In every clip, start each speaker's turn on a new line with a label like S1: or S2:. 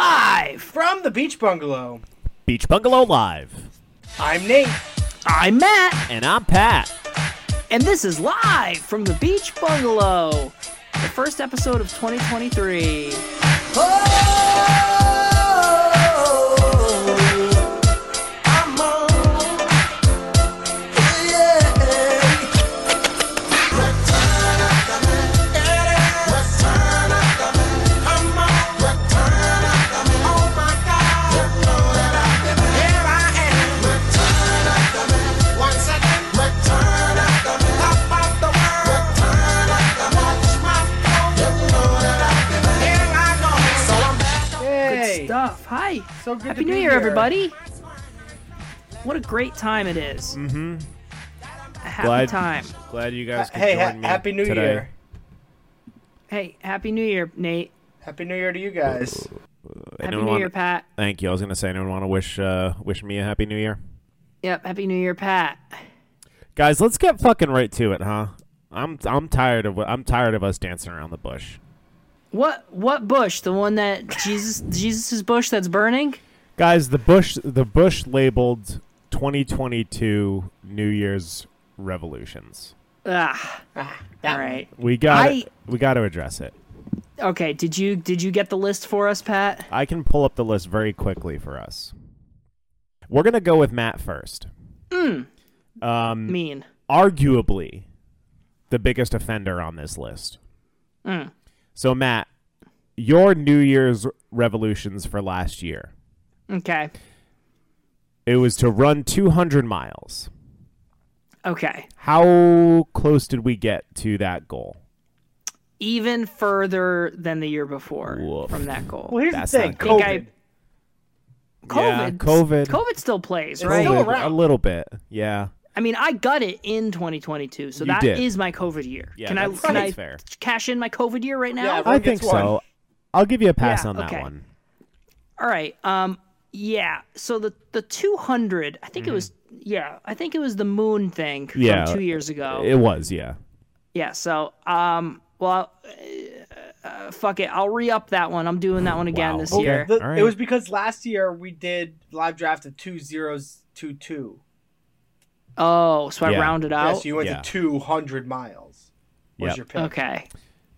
S1: right, from the Beach Bungalow,
S2: Beach Bungalow Live.
S1: I'm Nate.
S3: I'm Matt,
S2: And I'm Pat.
S3: and this is live from the Beach Bungalow, the first episode of 2023.
S1: Hey.
S3: Good stuff. Hi.
S1: So good
S3: Happy
S1: to
S3: New
S1: be
S3: Year,
S1: here.
S3: everybody. What a great time it is. Mm-hmm. A happy
S2: Glad-
S3: time.
S2: Glad you guys
S1: Hey, ha- happy New Year.
S3: Hey, Happy New Year, Nate.
S1: Happy New Year to you guys.
S3: Happy New Year, Pat.
S2: Thank you. I was going to say, anyone want to wish uh, wish me a happy New Year,
S3: Yep, Happy New Year, Pat.
S2: guys? Let's get fucking right to it, huh? I'm I'm tired of I'm tired of us dancing around the bush,
S3: What what bush? The one that Jesus Jesus's bush that's burning?
S2: guys. The bush the bush labeled 2022 New Year's revolutions.
S3: Ah. All right.
S2: We got
S3: I-
S2: we got to address it.
S3: Okay, did you did you get the list for us, Pat?
S2: I can pull up the list very quickly for us. We're gonna go with Matt first.
S1: Mm.
S2: Um,
S3: Mean.
S2: arguably the biggest offender on this list.
S3: Mm.
S2: So Matt, your New Year's revolutions for last year.
S3: Okay.
S2: It was to run 200 miles.
S3: Okay.
S2: How close did we get to that goal?
S3: Even further than the year before
S2: Woof.
S3: from that goal.
S1: Well, here's
S2: That's
S1: the thing.
S2: not good.
S1: COVID.
S3: I think
S2: Yeah,
S3: COVID.
S2: COVID.
S3: COVID still plays,
S1: It's
S3: right?
S1: still
S2: COVID,
S1: around.
S2: a little bit. Yeah.
S3: I mean, I got it in 2022, so
S2: You
S3: that is
S2: did.
S3: my COVID year.
S2: Yeah,
S3: can I
S2: that's-
S3: can
S2: that's
S3: I
S2: fair.
S3: cash in my COVID year right now?
S1: Yeah,
S2: I
S1: Everyone
S2: think
S1: gets one.
S2: so. I'll give you a pass
S3: Yeah,
S2: on that
S3: okay.
S2: one.
S3: All right. Um. Yeah. So the the 200. I think it was. Yeah. I think it was the moon thing
S2: Mm-hmm. Yeah.
S3: from two years ago.
S2: It was, yeah.
S3: yeah. So um. Well. uh, Uh, fuck it. I'll re up that one. I'm doing that one again
S2: Wow.
S3: this
S2: Okay.
S3: year.
S1: The-
S2: All right.
S1: It was because last year we did live draft of two zeros two two.
S3: Oh, so I
S2: Yeah.
S3: rounded out.
S1: Yes, you went
S2: Yeah.
S1: to two hundred miles. Was
S2: Yep.
S1: your pick?
S3: Okay.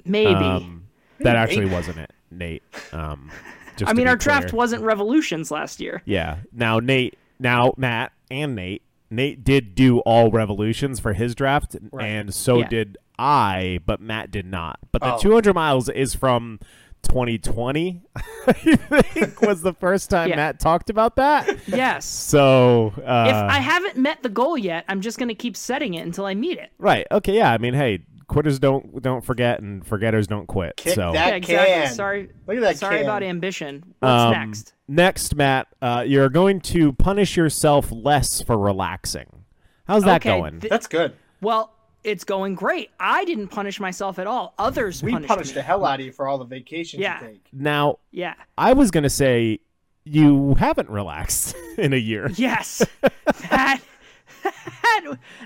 S3: Maybe.
S2: Um, that actually wasn't it, Nate. Um, just
S3: I
S2: to
S3: mean,
S2: be
S3: our draft
S2: clear.
S3: wasn't revolutions last year.
S2: Yeah. Now Nate, now Matt and Nate, Nate did do all revolutions for his draft, and so
S3: Yeah.
S2: did I, but Matt did not. But the
S1: Oh.
S2: 200 miles is from 2020. I think was the first time
S3: Yeah.
S2: Matt talked about that.
S3: Yes.
S2: So uh,
S3: if I haven't met the goal yet, I'm just going to keep setting it until I meet it.
S2: right, okay, yeah. I mean, hey, quitters don't don't forget, and forgetters don't quit.
S1: Kick
S2: so
S1: that
S3: Yeah, exactly.
S1: can.
S3: Sorry.
S1: Look at that
S3: Sorry
S1: can.
S3: about ambition. What's
S2: Um,
S3: next?
S2: Next, Matt, uh, you're going to punish yourself less for relaxing. How's that
S3: Okay,
S2: going?
S3: th-
S1: That's good.
S3: well, it's going great. I didn't punish myself at all. Others
S1: We punished,
S3: punished, me.
S1: the hell out of you for all the vacations
S3: Yeah.
S1: you take.
S2: now,
S3: Yeah.
S2: I was going to say you haven't relaxed in a year.
S3: Yes. that, that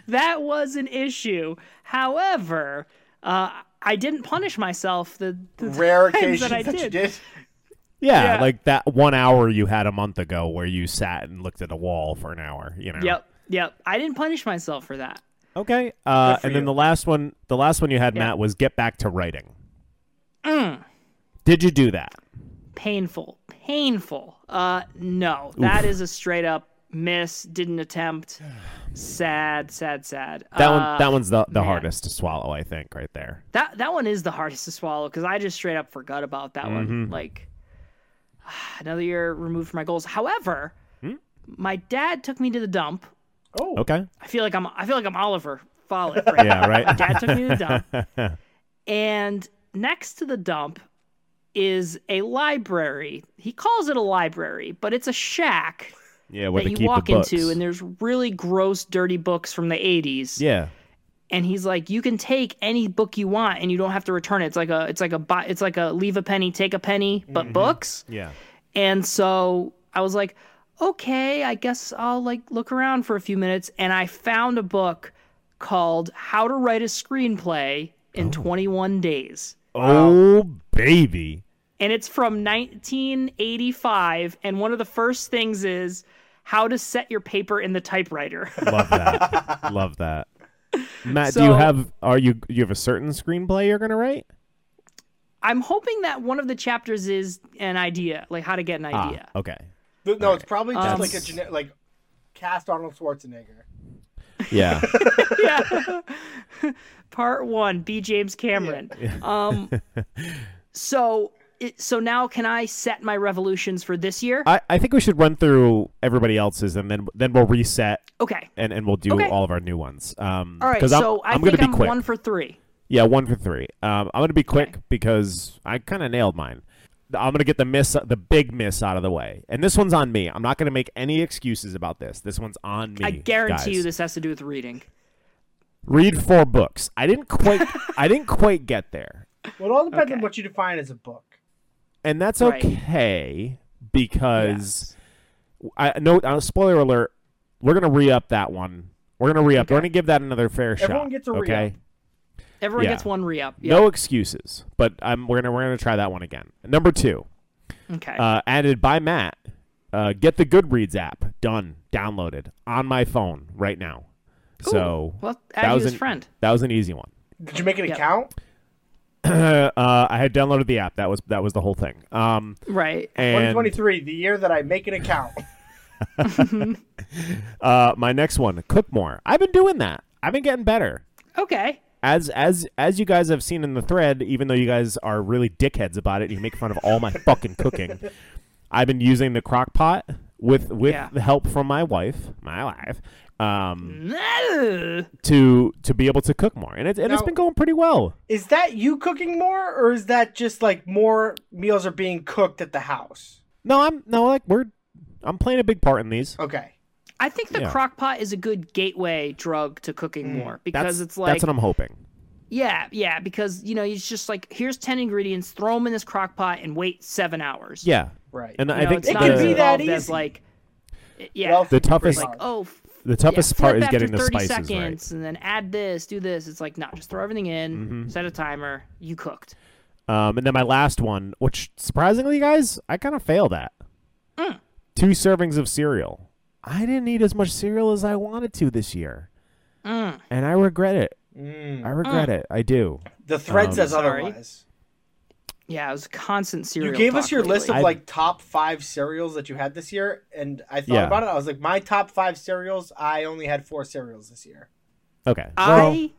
S3: that was an issue. However, uh, I didn't punish myself. The, the
S1: Rare
S3: times
S1: occasions
S3: that
S1: that,
S3: I
S1: you
S3: did.
S1: did.
S2: Yeah,
S3: Yeah.
S2: like that one hour you had a month ago where you sat and looked at a wall for an hour, you know.
S3: Yep. Yep. I didn't punish myself for that.
S2: Okay. Uh,
S1: Good for
S2: and then
S1: you.
S2: the last one, the last one you had
S3: Yeah. Mm.
S2: Matt was get back to writing. Did you do that?
S3: painful painful uh no that is a straight up miss didn't attempt sad sad sad
S2: That
S3: Uh,
S2: one that one's the, the
S3: man.
S2: hardest to swallow, I think, right there.
S3: that that one is the hardest to swallow because i just straight up forgot about that one
S2: Mm-hmm.
S3: like another year removed from my goals however
S2: Hmm?
S3: my dad took me to the dump
S1: Oh,
S2: Okay.
S3: i feel like i'm i feel like i'm oliver Follett right
S2: Yeah,
S3: My
S2: right.
S3: dad took me to the dump. And next to the dump is a library. He calls it a library, but it's a shack
S2: Yeah, where
S3: that
S2: to
S3: you
S2: keep
S3: walk
S2: the books.
S3: into, and there's really gross, dirty books from the 80s.
S2: yeah.
S3: And he's like, you can take any book you want, and you don't have to return it. It's like a, it's like a, buy- it's like a leave a penny, take a penny, but
S2: Mm-hmm.
S3: books.
S2: Yeah.
S3: And so I was like, okay, I guess I'll like look around for a few minutes. And I found a book called How to Write a Screenplay in 21 Days.
S2: Oh baby.
S3: and it's from 1985. And one of the first things is how to set your paper in the typewriter.
S2: Love that. Love that. Matt, do you
S3: So-
S2: have are you you have a certain screenplay you're gonna write?
S3: I'm hoping that one of the chapters is an idea, like how to get an
S2: Ah,
S3: idea.
S2: okay.
S1: Th- No, it's probably just
S3: Um,
S1: like a gene- like cast Arnold Schwarzenegger.
S2: Yeah.
S3: yeah. Part one, B. James Cameron. Um, so, it, so now can I set my revolutions for this year?
S2: I, I think we should run through everybody else's and then then we'll reset
S3: okay.
S2: and, and we'll do
S3: Okay.
S2: all of our new ones. Um,
S3: All right.
S2: 'cause I'm,
S3: so I
S2: I'm
S3: think
S2: gonna be
S3: I'm
S2: quick.
S3: one for three.
S2: Yeah, one for three. Um, I'm gonna be quick because I kind of nailed mine. I'm gonna get the miss, the big miss out of the way, and this one's on me. I'm not gonna make any excuses about this. This one's on me.
S3: I guarantee
S2: guys.
S3: you this has to do with reading.
S2: Read four books. I didn't quite. I didn't quite get there,
S1: Well, it all depends on
S3: Okay.
S1: what you define as a book.
S2: and that's
S3: Right.
S2: okay because I no uh, spoiler alert. We're gonna re up that one. We're gonna re up. We're
S3: Okay.
S2: gonna give that another fair shot.
S1: Everyone gets a re-up.
S2: okay?
S3: Everyone
S2: Yeah.
S3: gets one re up.
S2: No excuses. But I'm, we're gonna we're gonna try that one again. Number two.
S3: Okay.
S2: uh, added by Matt. Uh, get the Goodreads app done, downloaded on my phone right now. So
S3: well, add
S2: that
S3: you
S2: was
S3: as
S2: an,
S3: friend.
S2: That was an easy one.
S1: Did you make an
S3: Yep.
S1: account?
S2: uh, I had downloaded the app. That was that was the whole thing. Um,
S3: right.
S2: and
S1: 2023, the year that I make an account.
S2: uh, my next one, cook more. I've been doing that. I've been getting better.
S3: Okay.
S2: As as as you guys have seen in the thread, even though you guys are really dickheads about it, you make fun of all my fucking cooking. I've been using the crock pot with with
S3: Yeah. Mm-hmm.
S2: the help from my wife, my wife. Um,
S3: No.
S2: to to be able to cook more, and it's and it's
S1: Now-
S2: been going pretty well.
S1: Is that you cooking more, or is that just like more meals are being cooked at the house?
S2: No, I'm no like we're I'm playing a big part in these.
S1: Okay.
S3: I think the
S2: Yeah. Mm.
S3: crock pot is a good gateway drug to cooking more because
S2: That's
S3: it's like
S2: that's what I'm hoping.
S3: Yeah, yeah, because you know, it's just like here's ten ingredients, throw them in this crock pot, and wait seven hours.
S2: Yeah,
S1: Right.
S2: and uh,
S3: You
S2: I
S3: know,
S2: think
S3: it's
S2: the,
S1: It
S3: not
S1: could be that
S3: involved as,
S1: easy.
S3: like, it-
S1: It all
S3: yeah,
S1: seems pretty
S2: toughest-
S3: like
S1: hard.
S3: oh, f-
S2: the toughest
S3: yeah,
S2: part
S3: flip
S2: is
S3: after
S2: getting the
S3: 30
S2: spices
S3: seconds,
S2: right.
S3: and then add this, do this. It's like no, just throw everything in,
S2: Mm-hmm.
S3: set a timer. You cooked.
S2: Um, and then my last one, which surprisingly, guys, I kind of failed at.
S3: Mm.
S2: Two servings of cereal. I didn't eat as much cereal as I wanted to this year,
S3: Mm.
S2: and I regret it.
S1: Mm.
S2: I regret it. I do.
S1: The thread
S2: Um,
S1: says
S3: Sorry.
S1: otherwise.
S3: Yeah, it was constant cereal.
S1: You gave us
S3: talk
S1: your
S3: lately.
S1: list of
S2: I-
S1: like top five cereals that you had this year, and I thought
S2: Yeah.
S1: about it. I was like, my top five cereals. I only had four cereals this year.
S2: Okay. well,
S3: I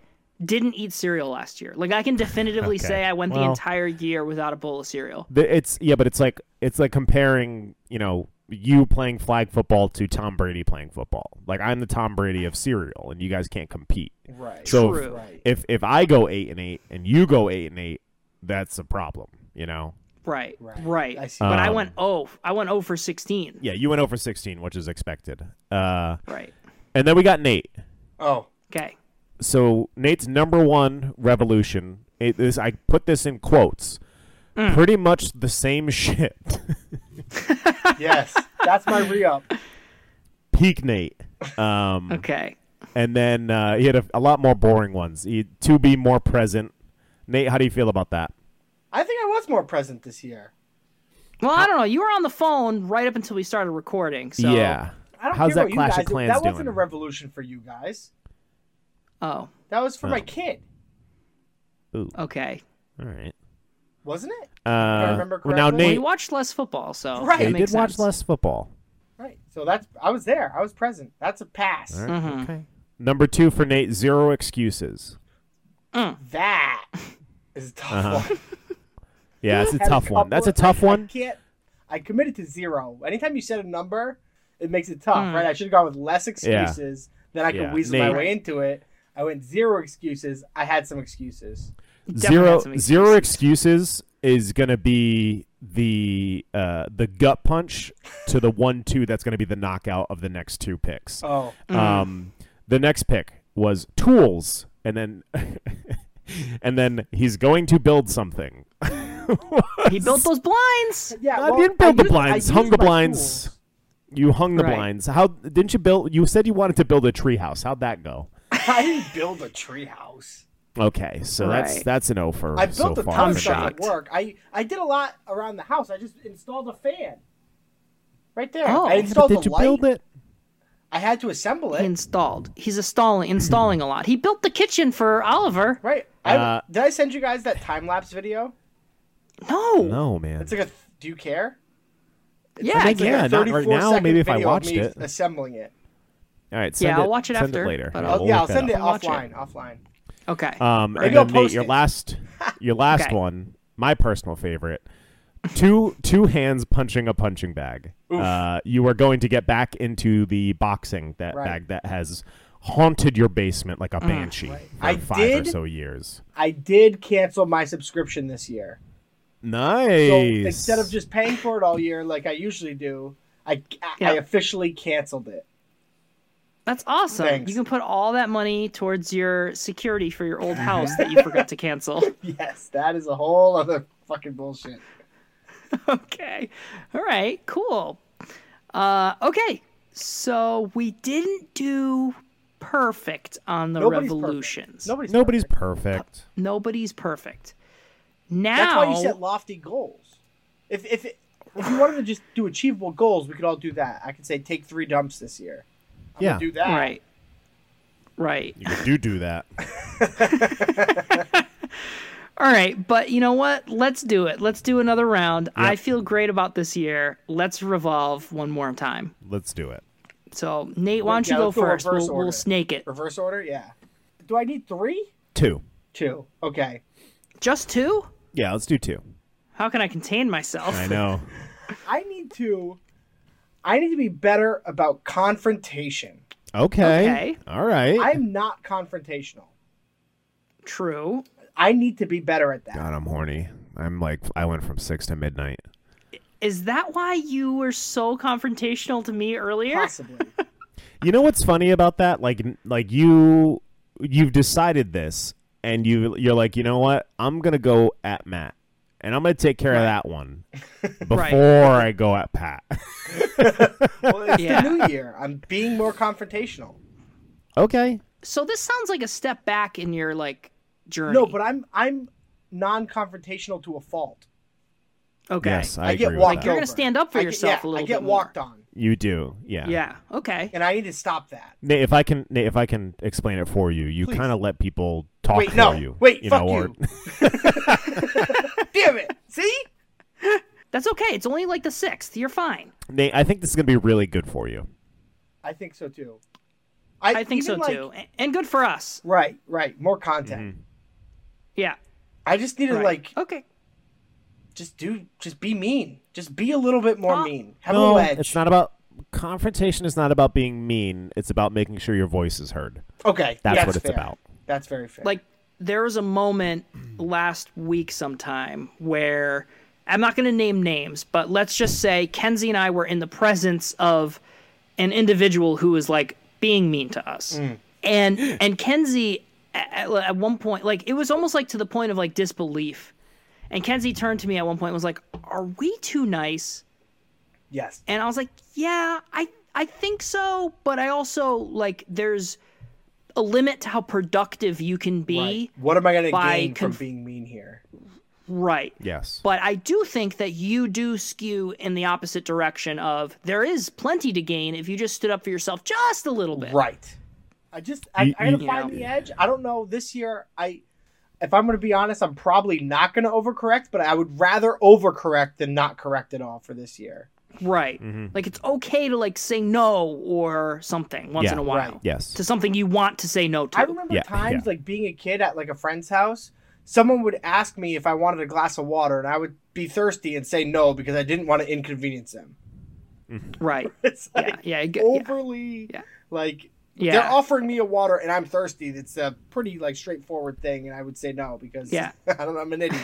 S3: didn't eat cereal last year. Like I can definitively
S2: Okay.
S3: say I went the
S2: Well-
S3: entire year without a bowl of cereal.
S2: The- it's yeah, but it's like it's like comparing you know you playing flag football to Tom Brady playing football. Like I'm the Tom Brady of cereal, and you guys can't compete.
S1: Right.
S2: So if-
S3: True.
S1: right.
S2: If if I go eight and eight and you go eight and eight, that's a problem. You know.
S3: Right,
S1: Right.
S3: right.
S1: I see.
S3: But I
S2: Um,
S3: went oh, I went oh for sixteen.
S2: Yeah, you went over sixteen, which is expected. Uh,
S3: Right.
S2: and then we got Nate.
S1: Oh,
S3: Okay.
S2: So Nate's number one revolution. It, this I put this in quotes.
S1: Mm.
S2: Pretty much the same shit.
S1: yes, that's my re-up.
S2: Peak Nate. Um,
S3: Okay.
S2: And then uh, he had a, a lot more boring ones. He, to be more present. Nate, how do you feel about that?
S1: I think I was more present this year.
S3: Well,
S2: Uh,
S3: I don't know. You were on the phone right up until we started recording. So
S2: yeah.
S1: I don't
S2: How's
S1: care
S2: that
S1: what you
S2: Clash
S1: guys,
S2: of Clans
S1: That
S2: doing?
S1: wasn't a revolution for you guys.
S3: Oh,
S1: That was for my
S2: Oh.
S1: kid,
S2: Ooh,
S1: Oh.
S3: okay.
S2: all right.
S1: wasn't it?
S2: Uh,
S1: remember
S2: well, now
S1: correctly-
S3: Well,
S2: Nate,
S3: you watched less football, so
S1: Right.
S2: yeah,
S1: that
S2: you
S3: it
S2: did
S3: makes
S2: watch
S3: sense.
S2: less football.
S1: Right. So that's I was there. I was present. That's a pass.
S2: All right, Okay. Number two for Nate, zero excuses.
S1: That is a tough one.
S2: Yeah, it's Uh-huh. a
S1: Had
S2: tough one.
S1: couple-
S2: That's a tough
S1: I- I
S2: one.
S1: can't. I committed to zero. Anytime you said a number, it makes it tough, right? I should have gone with less excuses. Then I could
S2: Yeah.
S1: weasel my
S2: Nate.
S1: way into it. I went zero excuses. I had some excuses.
S3: Definitely
S2: Zero
S3: had some
S2: zero excuses is gonna be the uh, the gut punch to the one two. That's gonna be the knockout of the next two picks.
S1: Oh,
S2: Um, the next pick was tools, and then and then he's going to build something.
S3: He built those blinds.
S1: yeah.
S2: I
S1: well,
S2: didn't build the
S1: used- I
S2: blinds,
S1: used
S2: hung the
S1: my
S2: blinds.
S1: tools.
S2: You hung the
S3: Right.
S2: blinds. How didn't you build? You said you wanted to build a treehouse. How'd that go?
S1: I didn't build a treehouse.
S2: Okay, so that's
S3: Right.
S2: that's an O for
S1: I
S2: so
S1: built a
S2: far
S1: ton of
S2: for
S1: stuff
S2: me.
S1: at work. I I did a lot around the house. I just installed a fan. Right there.
S3: Oh. Yeah, but
S1: I
S2: But
S1: installed
S2: did
S1: the
S2: you
S1: light.
S2: build it?
S1: I had to assemble
S3: He
S1: it.
S3: installed. He's installing installing a lot. He built the kitchen for Oliver.
S1: Right. I,
S2: Uh,
S1: did I send you guys that time lapse video?
S3: No.
S2: No, man.
S1: It's like a. Do you care?
S3: yeah,
S2: I
S3: I
S2: think-
S3: do.
S2: yeah. not right
S1: 34
S2: now,
S1: second
S2: maybe if I
S1: video of
S2: watched
S1: me
S2: it.
S1: Assembling it.
S2: All right,
S3: Yeah,
S2: send
S3: I'll watch it
S2: send
S3: after,
S2: later.
S3: but
S2: Yeah,
S3: I'll-
S2: we'll
S1: yeah, I'll
S2: look
S1: send it
S3: I'll watch it.
S1: offline. Offline.
S3: Okay.
S2: Um,
S1: Maybe
S2: and
S1: I'll
S2: then Nate,
S1: post
S2: your
S1: it.
S2: last, your last
S3: Okay.
S2: one, my personal favorite. Two two hands punching a punching bag.
S1: Oof.
S2: Uh, you are going to get back into the boxing that
S1: Right. Mm.
S2: bag that has haunted your basement like a banshee for
S1: I
S2: five or
S1: did-
S2: so years.
S1: I did cancel my subscription this year.
S2: Nice.
S1: So instead of just paying for it all year like I usually do, I I,
S3: Yeah.
S1: I officially canceled it.
S3: That's awesome.
S1: Thanks.
S3: You can put all that money towards your security for your old house that you forgot to cancel.
S1: Yes, that is a whole other fucking bullshit.
S3: okay. All right. Cool. Uh, okay. So we didn't do perfect on the
S1: Nobody's perfect.
S3: revolutions.
S1: Nobody's
S2: nobody's
S1: perfect.
S2: perfect.
S3: Nobody's perfect. Now
S1: That's why you set lofty goals. If if it, if you wanted to just do achievable goals, we could all do that. I could say take three dumps this year. I'm
S2: Yeah.
S1: gonna do that.
S3: right, right.
S2: You do do that.
S3: All right, but you know what? Let's do it. Let's do another round. I feel great about this year. Let's revolve one more time.
S2: Let's do it.
S3: So Nate, why don't
S1: Yeah,
S3: you go
S1: let's go
S3: first?
S1: reverse
S3: We'll, we'll
S1: order.
S3: snake it.
S1: Reverse order, yeah. Do I need three?
S2: Two.
S1: Two. Okay.
S3: Just two?
S2: Yeah, let's do two.
S3: How can I contain myself?
S2: I know.
S1: I need to. I need to be better about confrontation.
S2: Okay.
S3: Okay.
S2: All right.
S1: I'm not confrontational.
S3: True.
S1: I need to be better at that.
S2: God, I'm horny. I'm like, I went from six to midnight.
S3: Is that why you were so confrontational to me earlier?
S1: Possibly.
S2: You know what's funny about that? Like, like you, you've decided this, and you, you're like, you know what? I'm gonna go at Matt, and I'm gonna take care of that one before I go at Pat.
S1: well, it's
S3: Yeah.
S1: the new year. I'm being more confrontational.
S2: okay.
S3: So this sounds like a step back in your like journey.
S1: No, but I'm I'm non-confrontational to a fault.
S3: okay.
S2: Yes, I,
S1: I, get
S2: agree
S1: walked.
S2: with
S3: You're
S1: over.
S2: that.
S3: gonna stand up for
S1: I get-
S3: yourself a
S1: yeah,
S3: little
S1: I get
S3: bit more.
S1: walked on,
S2: You do, yeah.
S3: Yeah. Okay.
S1: and I need to stop that.
S2: Nate, if I can, Nate, if I can explain it for you, you
S1: Please.
S2: kind of let people talk
S1: Wait,
S2: for
S1: no.
S2: you.
S1: Wait,
S2: you
S1: fuck
S2: know, or-
S1: you. Damn it! See?
S3: That's okay. It's only like the sixth. You're fine.
S2: Nate, I think this is gonna be really good for you.
S1: I think so too.
S3: I think so
S1: even, like-
S3: too. A- And good for us.
S1: Right, right. More content.
S2: Mm-hmm.
S3: Yeah.
S1: I just need to
S3: right.
S1: like
S3: okay.
S1: just do just be mean. Just be a little bit more
S3: Uh,
S1: mean. Have a
S2: no,
S1: wedge.
S2: it's not about confrontation. Is not about being mean. It's about making sure your voice is heard.
S1: Okay,
S2: That's what it's
S1: fair.
S2: about.
S1: That's very fair.
S3: Like there was a moment last week sometime where I'm not going to name names, but let's just say Kenzie and I were in the presence of an individual who was like being mean to us. And and Kenzie at, at one point like it was almost like to the point of like disbelief. And Kenzie turned to me at one point and was like, "Are we too nice?"
S1: yes,
S3: And I was like, yeah, I I think so, but I also like there's a limit to how productive you can be.
S1: right. What am I gonna
S3: by
S1: gain
S3: conf-
S1: from being mean here?
S3: Right.
S2: Yes.
S3: But I do think that you do skew in the opposite direction of there is plenty to gain if you just stood up for yourself just a little bit.
S1: Right. I just I,
S2: You-
S1: I gotta
S2: you-
S1: find the edge. I don't know. This year, I if I'm gonna be honest, I'm probably not gonna overcorrect, but I would rather overcorrect than not correct at all for this year.
S3: Right.
S2: Mm-hmm.
S3: Like it's okay to like say no or something once
S2: Yeah,
S3: in a while.
S1: right.
S2: yes.
S3: To something you want to say no to.
S1: I remember
S2: Yeah,
S1: times
S2: yeah.
S1: like being a kid at like a friend's house. Someone would ask me if I wanted a glass of water, and I would be thirsty and say no because I didn't want to inconvenience them.
S3: Right.
S1: It's like
S3: Yeah. Yeah. I get- yeah.
S1: overly
S3: Yeah.
S1: like
S3: Yeah.
S1: they're offering me a water and I'm thirsty. That's a pretty like straightforward thing, and I would say no because
S3: Yeah.
S1: I don't, know, I'm an idiot.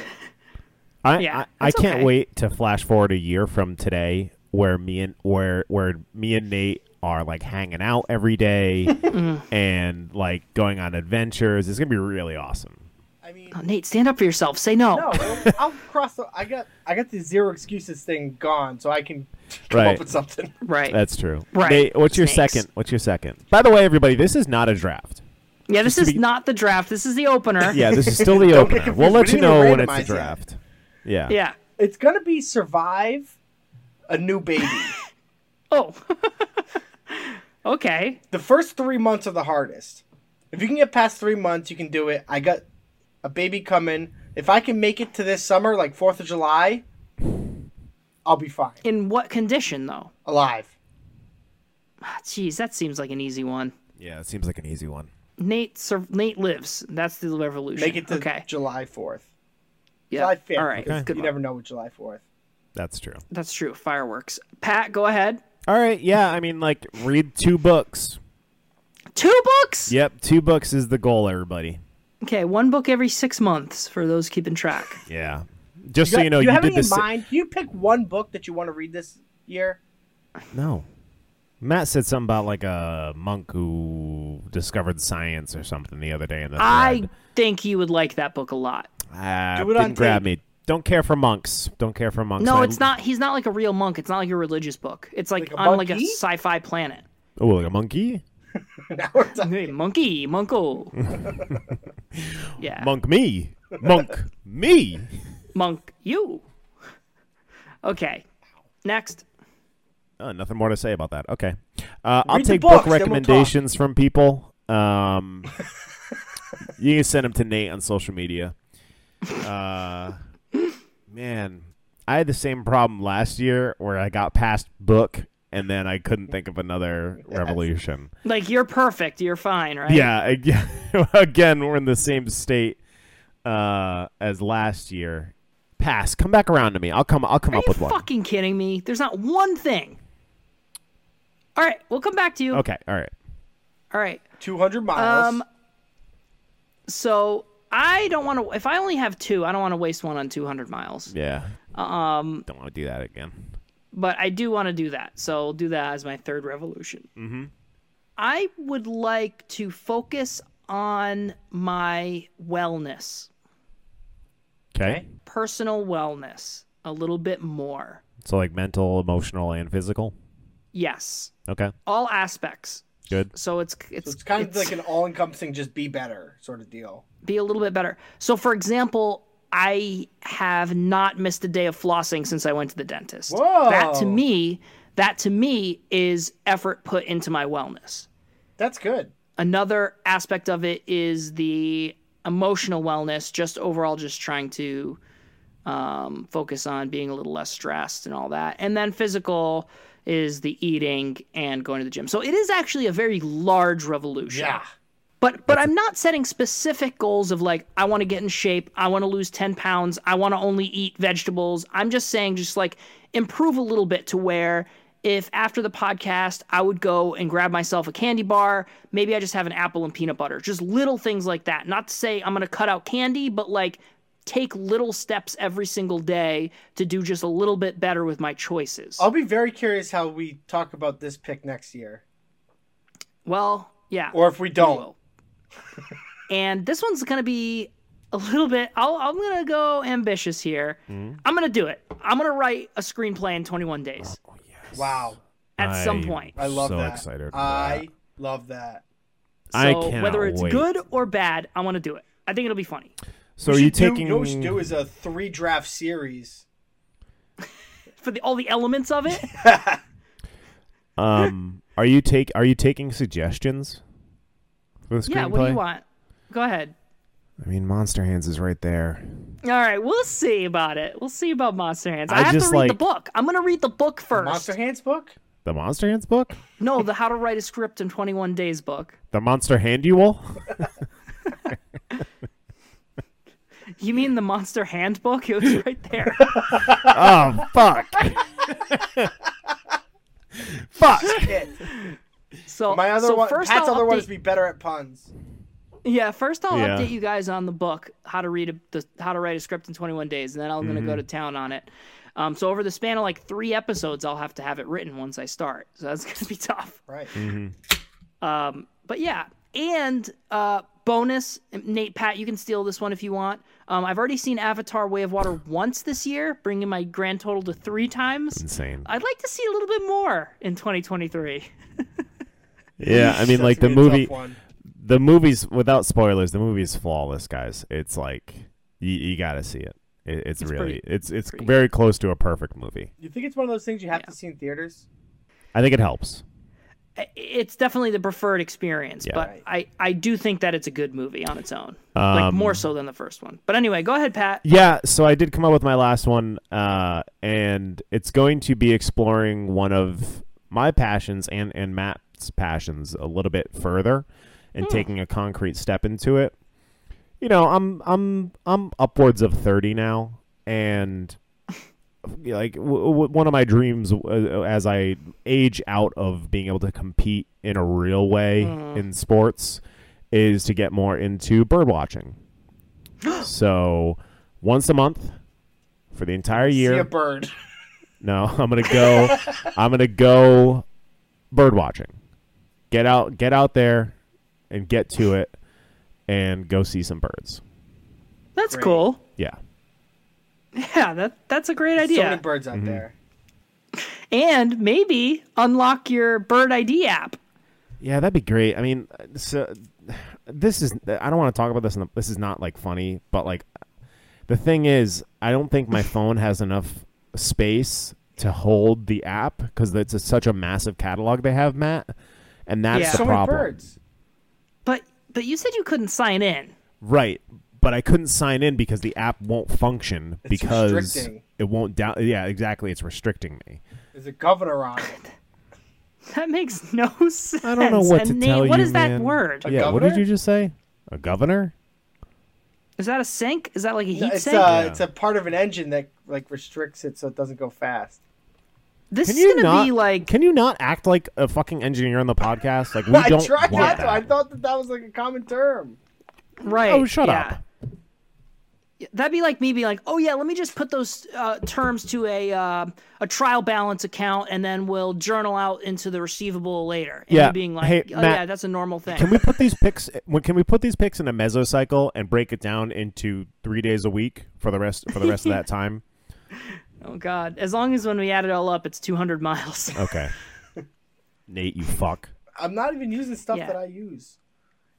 S2: I,
S3: Yeah,
S2: I, I
S3: that's
S2: can't
S3: okay.
S2: wait to flash forward a year from today where me and where where me and Nate are like hanging out every day
S3: Mm-hmm.
S2: and like going on adventures. It's gonna be really awesome.
S1: I mean,
S3: Oh, Nate, stand up for yourself. Say no.
S1: no, I'll, I'll cross. The, I got I got the zero excuses thing gone, so I can come
S2: Right.
S1: up with something.
S3: Right.
S2: That's true.
S3: Right.
S2: Nate, what's your
S3: Snakes.
S2: second? What's your second? By the way, everybody, this is not a draft.
S3: Yeah, this
S2: Just to
S3: is
S2: be-
S3: not the draft. This is the opener.
S2: Yeah, this is still the
S1: Don't get
S2: opener.
S1: confused.
S2: We'll
S1: We
S2: let you
S1: didn't even
S2: know when it's
S1: randomize
S2: the
S1: yet.
S2: draft. Yeah.
S3: Yeah.
S1: It's gonna be survive a new baby.
S3: Oh. okay.
S1: the first three months are the hardest. If you can get past three months, you can do it. I got a baby coming. If I can make it to this summer, like Fourth of July, I'll be fine.
S3: In what condition though?
S1: Alive.
S3: Ah, Jeez, that seems like an easy one.
S2: Yeah, it seems like an easy one.
S3: Nate sur- Nate lives. That's the revolution.
S1: Make it to
S3: okay.
S1: July fourth.
S3: Yeah.
S1: July fifth.
S3: All right. Good
S1: You
S3: luck.
S1: never know with July fourth.
S2: That's true.
S3: That's true. Fireworks. Pat, go ahead.
S2: All right. Yeah. I mean, like, read two books.
S3: Two books.
S2: Yep. Two books is the goal, everybody.
S3: Okay, one book every six months for those keeping track.
S2: Yeah. Just so you know, you,
S1: you have
S2: did
S1: any in
S2: this.
S1: mind? Can you pick one book that you want to read this year?
S2: No. Matt said something about like a monk who discovered science or something the other day in the
S3: I think you would like that book a lot.
S2: thread. Ah,
S1: Do it on
S2: didn't grab
S1: tape.
S2: me. Don't care for monks. Don't care for monks.
S3: No,
S2: I-
S3: it's not. He's not like a real monk. It's not like a religious book. It's like,
S1: Like a
S3: on like a
S1: monkey?
S3: sci-fi planet.
S2: Oh, like a monkey?
S1: Now we're talking-
S3: Hey, monkey, monko. yeah, monk.
S2: Monk me. Monk me.
S3: you. Okay, next.
S2: Oh, nothing more to say about that. Okay. Uh, I'll
S1: Read the
S2: take
S1: books,
S2: book
S1: then we'll talk.
S2: recommendations from people. Um, you can send them to Nate on social media. Uh, man, I had the same problem last year where I got past book and then I couldn't think of another revolution.
S3: Like you're perfect. You're fine, right?
S2: Yeah, again, again, we're in the same state uh, as last year. Pass. Come back around to me. I'll come. I'll come
S3: Are
S2: up
S3: you
S2: with one.
S3: fucking kidding me? There's not one thing. All right, we'll come back to you.
S2: Okay. All right.
S3: All right.
S1: 200 miles.
S3: Um, So I don't want to. If I only have two, I don't want to waste one on 200 miles.
S2: Yeah. Um. Don't want to do that again.
S3: But I do want to do that. So I'll do that as my third revolution. Mm-hmm. I would like to focus on my wellness,
S2: Okay.
S3: personal wellness, a little bit more.
S2: So like mental, emotional, and physical.
S3: Yes,
S2: Okay.
S3: all aspects.
S2: Good.
S3: So it's it's,
S1: it's kind of
S3: it's-
S1: like an all encompassing, just be better sort of deal.
S3: be a little bit better. So, for example, I have not missed a day of flossing since I went to the dentist.
S1: Whoa.
S3: That to me, that to me is effort put into my wellness.
S1: That's good.
S3: Another aspect of it is the emotional wellness, just overall, just trying to um, focus on being a little less stressed and all that. And then physical is the eating and going to the gym. So it is actually a very large revolution.
S1: Yeah.
S3: But but I'm not setting specific goals of like I want to get in shape, I want to lose 10 pounds, I want to only eat vegetables. I'm just saying just like improve a little bit to where if after the podcast I would go and grab myself a candy bar, maybe I just have an apple and peanut butter. Just little things like that. Not to say I'm going to cut out candy, but like take little steps every single day to do just a little bit better with my choices.
S1: I'll be very curious how we talk about this pick next year.
S3: Well, yeah.
S1: Or if we don't.
S3: will. and this one's gonna be a little bit. I'll, I'm gonna go ambitious here. I'm gonna do it. I'm gonna write a screenplay in 21 days
S1: Wow.
S3: at some
S2: I-
S3: point.
S1: I love
S2: Oh, So
S1: that.
S2: excited for
S1: I love that.
S2: I
S3: so
S2: cannot
S3: whether it's
S2: wait.
S3: good or bad, I want to do it. I think it'll be funny.
S2: So are
S1: We
S2: you
S1: should do-
S2: taking?
S1: you know what we should do is a three draft series.
S3: For the, all the elements of it,
S2: um, are you take? Are you taking suggestions for the screenplay?
S3: yeah. What do you want? Go ahead.
S2: I mean, Monster Hands is right there.
S3: All right, we'll see about it. We'll see about Monster Hands. I,
S2: I
S3: have
S2: just
S3: to read the
S2: like-
S3: book. I'm gonna read the book first.
S1: Monster Hands book?
S2: The Monster Hands book.
S3: no, the How to Write a Script in 21 Days book.
S2: The Monster Handual.
S3: You mean the Monster Hand book? It was right there.
S2: oh fuck. fuck.
S1: Shit.
S3: So
S1: My other
S3: so
S1: one,
S3: first
S1: Pat's
S3: I'll
S1: other one
S3: update-
S1: is be better at puns.
S3: yeah. First, I'll
S2: Yeah.
S3: update you guys on the book, how to read a, the, how to write a script in 21 days, and then I'm gonna go to town on it. Um, so over the span of like three episodes, I'll have to have it written once I start. So that's gonna be tough.
S1: Right.
S2: Mm-hmm.
S3: Um, but yeah, and uh, bonus, Nate, Pat, you can steal this one if you want. Um, I've already seen Avatar: Way of Water once this year, bringing my grand total to three times.
S2: Insane.
S3: I'd like to see a little bit more in 2023.
S2: Yeah, I mean,
S1: That's
S2: like the
S1: gonna be a tough
S2: movie.
S1: one.
S2: the movie's without spoilers. The movie's flawless, guys. It's like you, you got to see it. it it's,
S3: It's
S2: really
S3: pretty-
S2: it's it's
S3: pretty
S2: very close to a perfect movie.
S1: You think it's one of those things you have
S3: Yeah.
S1: to see in theaters?
S2: I think it helps.
S3: I- It's definitely the preferred experience,
S2: Yeah.
S3: but
S1: Right.
S3: I, I do think that it's a good movie on its own, like
S2: Um,
S3: more so than the first one. But anyway, go ahead, Pat.
S2: Yeah, so I did come up with my last one, uh, and it's going to be exploring one of my passions and, and Matt's passions a little bit further and
S3: Hmm.
S2: taking a concrete step into it. You know, I'm I'm I'm upwards of 30 now and like w- w- one of my dreams uh, as I age out of being able to compete in a real way in sports is to get more into bird watching. so once a month for the entire year.
S1: See a bird.
S2: No, I'm gonna go. I'm gonna go bird watching. Get out, get out there, and get to it, and go see some birds.
S3: That's
S1: Great.
S3: cool.
S2: Yeah,
S3: Yeah, that that's a great
S1: So
S3: idea.
S1: many birds
S2: Mm-hmm.
S1: out there.
S3: and maybe unlock your Bird ID app.
S2: yeah, that'd be great. I mean, uh, so this is. I don't want to talk about this. In the, this is not like funny, but like the thing is, I don't think my phone has enough space to hold the app because it's a, such a massive catalog they have, Matt. And that's
S3: Yeah.
S2: the
S1: So many
S2: problem.
S1: birds.
S3: But but you said you couldn't sign in.
S2: Right, but I couldn't sign in because the app won't function
S1: It's
S2: because
S1: restricting.
S2: it won't down. Yeah, exactly. It's restricting me.
S1: There's a governor on it.
S3: That makes no sense.
S2: I don't know what
S3: and
S2: to
S3: name,
S2: tell you.
S3: What is that
S2: man.
S3: word?
S1: A
S2: yeah, what did
S1: governor?
S2: you just say? A governor?
S3: Is that a sink? Is that like a heat
S1: It's
S3: sink?
S1: uh,
S2: Yeah.
S1: it's a part of an engine that like restricts it so it doesn't go fast.
S3: this
S2: Can
S3: is
S2: you
S3: gonna
S2: not
S3: be like
S2: Can you not act like a fucking engineer on the podcast? Like we
S1: I
S2: don't
S1: tried
S2: want
S1: not
S2: that.
S1: to. I thought that that was like a common term.
S3: right.
S2: oh, shut
S3: yeah.
S2: up.
S3: That'd be like me being like, oh yeah, let me just put those uh, terms to a uh, a trial balance account, and then we'll journal out into the receivable later. And
S2: Yeah.
S3: you being like,
S2: Hey,
S3: oh
S2: Matt,
S3: yeah, that's a normal thing.
S2: Can we put these picks? when- Can we put these picks in a mesocycle and break it down into three days a week for the rest for the rest of that time?
S3: oh god, as long as when we add it all up, it's 200 miles.
S2: Okay, Nate, you fuck.
S1: I'm not even using stuff
S3: Yeah.
S1: that I use.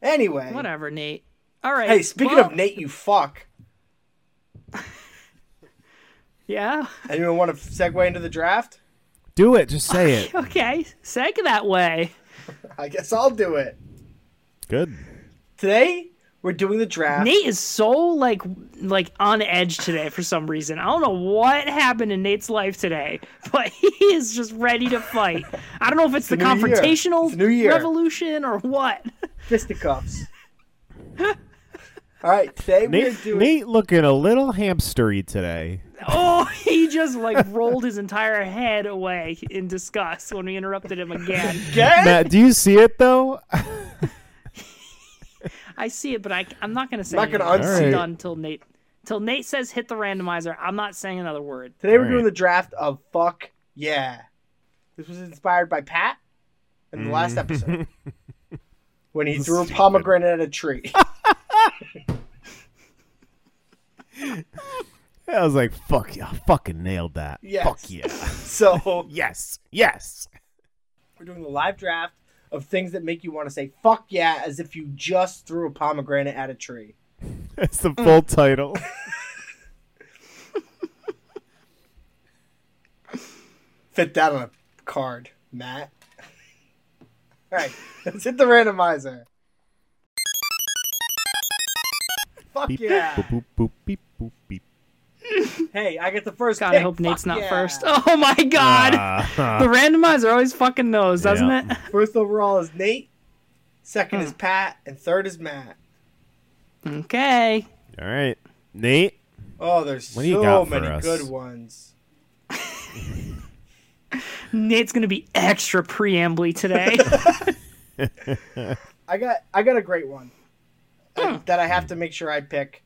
S1: Anyway.
S3: Whatever, Nate. All right.
S1: Hey, speaking
S3: well,
S1: of Nate, you fuck.
S3: yeah.
S1: Anyone want to segue into the draft?
S2: Do it. Just say it.
S3: Okay, seg that way.
S1: I guess I'll do it.
S2: Good.
S1: Today we're doing the draft.
S3: Nate is so like like on edge today for some reason. I don't know what happened in Nate's life today, but he is just ready to fight. I don't know if it's, the
S1: new year.
S3: confrontational
S1: It's new year.
S3: revolution or what.
S1: fisticuffs. All right, today we're
S2: Nate,
S1: doing.
S2: Nate looking a little hamstery today.
S3: Oh, he just like rolled his entire head away in disgust when we interrupted him again.
S1: Again?
S2: Matt, do you see it though?
S3: I see it, but I I'm not gonna say
S1: Not gonna
S3: anything. It's
S2: unsee it.
S3: done till Nate till Nate says hit the randomizer. I'm not saying another word.
S1: Today we're
S2: All
S1: doing
S2: right.
S1: the draft of fuck yeah. This was inspired by Pat in the last episode when he threw
S2: Mm.
S1: a
S2: Stupid.
S1: pomegranate at a tree.
S2: I was like, fuck yeah, I fucking nailed that.
S1: Yes.
S2: Fuck yeah.
S1: so
S2: yes. Yes.
S1: we're doing the live draft of things that make you want to say fuck yeah as if you just threw a pomegranate at a tree.
S2: That's the full title.
S1: Fit that on a card, Matt. All right, let's hit the randomizer. Fuck
S2: Beep,
S1: yeah.
S2: boop, boop, boop, beep, boop, beep.
S1: Hey, I get the first.
S3: God, I
S1: pick.
S3: hope Nate's
S1: Fuck
S3: not
S1: yeah.
S3: first. Oh my god. the
S2: Ah.
S3: randomizer always fucking knows, doesn't
S2: Yeah.
S3: it?
S1: First overall is Nate. Second
S2: Hmm.
S1: is Pat, and third is Matt.
S3: Okay.
S2: All right. Nate,
S1: Oh, there's
S2: What do you
S1: so
S2: got for
S1: many
S2: us?
S1: good ones.
S3: Nate's gonna be extra preambly today.
S1: I got I got a great one uh, that I
S2: Hmm.
S1: have to make sure I pick.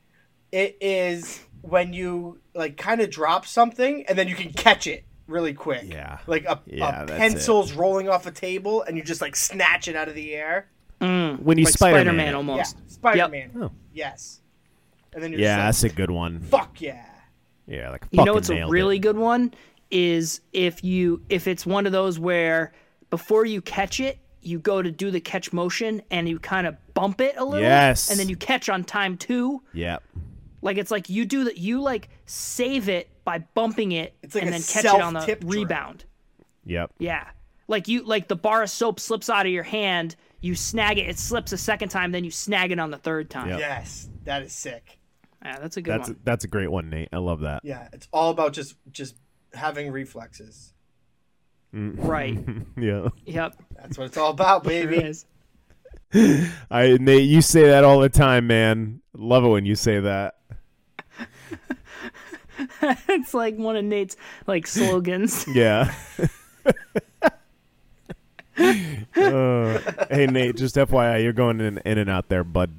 S1: It is when you like kind of drop something and then you can catch it really quick.
S2: Yeah.
S1: Like a,
S2: Yeah,
S1: a
S2: that's it.
S1: pencil's rolling off a table and you just like snatch it out of the air.
S2: when you
S3: like
S2: Spider
S3: Spider-Man
S2: Man.
S1: Yeah,
S3: almost.
S1: Spider-Man.
S2: Oh.
S1: Yes. And then you're
S2: Yeah,
S1: just
S2: that's a good one.
S1: like, fuck yeah.
S2: Yeah, like fucking
S3: You know what's a
S2: nailed
S3: really
S2: it.
S3: good one is if you if it's one of those where before you catch it, you go to do the catch motion and you kind of bump it a little
S2: Yes.
S3: and then you catch on time too
S2: Yep.
S3: like it's like you do that you like save it by bumping it
S1: like
S3: and
S1: a
S3: then catch it on the
S1: self-tip drill.
S3: rebound
S2: Yep.
S3: yeah. Like you like the bar of soap slips out of your hand, you snag it, it slips a second time, then you snag it on the third time.
S2: Yep.
S1: Yes, that is sick.
S3: Yeah, that's a good
S2: That's
S3: one.
S2: that's a great one, Nate. I love that.
S1: Yeah, it's all about just just having reflexes.
S3: Right.
S2: Yeah.
S3: yep.
S1: That's what it's all about,
S3: There
S1: baby.
S3: it is.
S2: I Nate, you say that all the time, man. Love it when you say that.
S3: it's like one of Nate's like slogans.
S2: Yeah. Uh, hey Nate, just FYI, you're going in, in and out there, bud.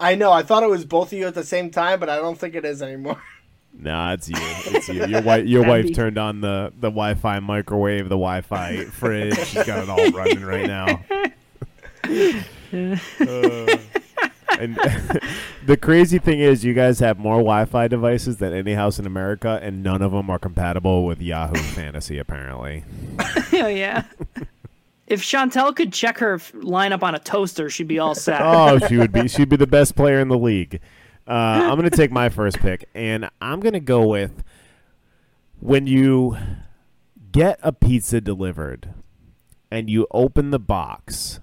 S1: I know. I thought it was both of you at the same time, but I don't think it is anymore.
S2: Nah, it's you. It's you. Your wife. Your
S3: That'd
S2: wife
S3: be-
S2: turned on the the Wi-Fi microwave, the Wi-Fi fridge. She's got it all running right now. Uh, and the crazy thing is, you guys have more Wi-Fi devices than any house in America, and none of them are compatible with Yahoo Fantasy. Apparently,
S3: oh yeah. If Chantel could check her f- lineup on a toaster, she'd be all set.
S2: oh, she would be. She'd be the best player in the league. Uh, I'm gonna take my first pick, and I'm gonna go with when you get a pizza delivered and you open the box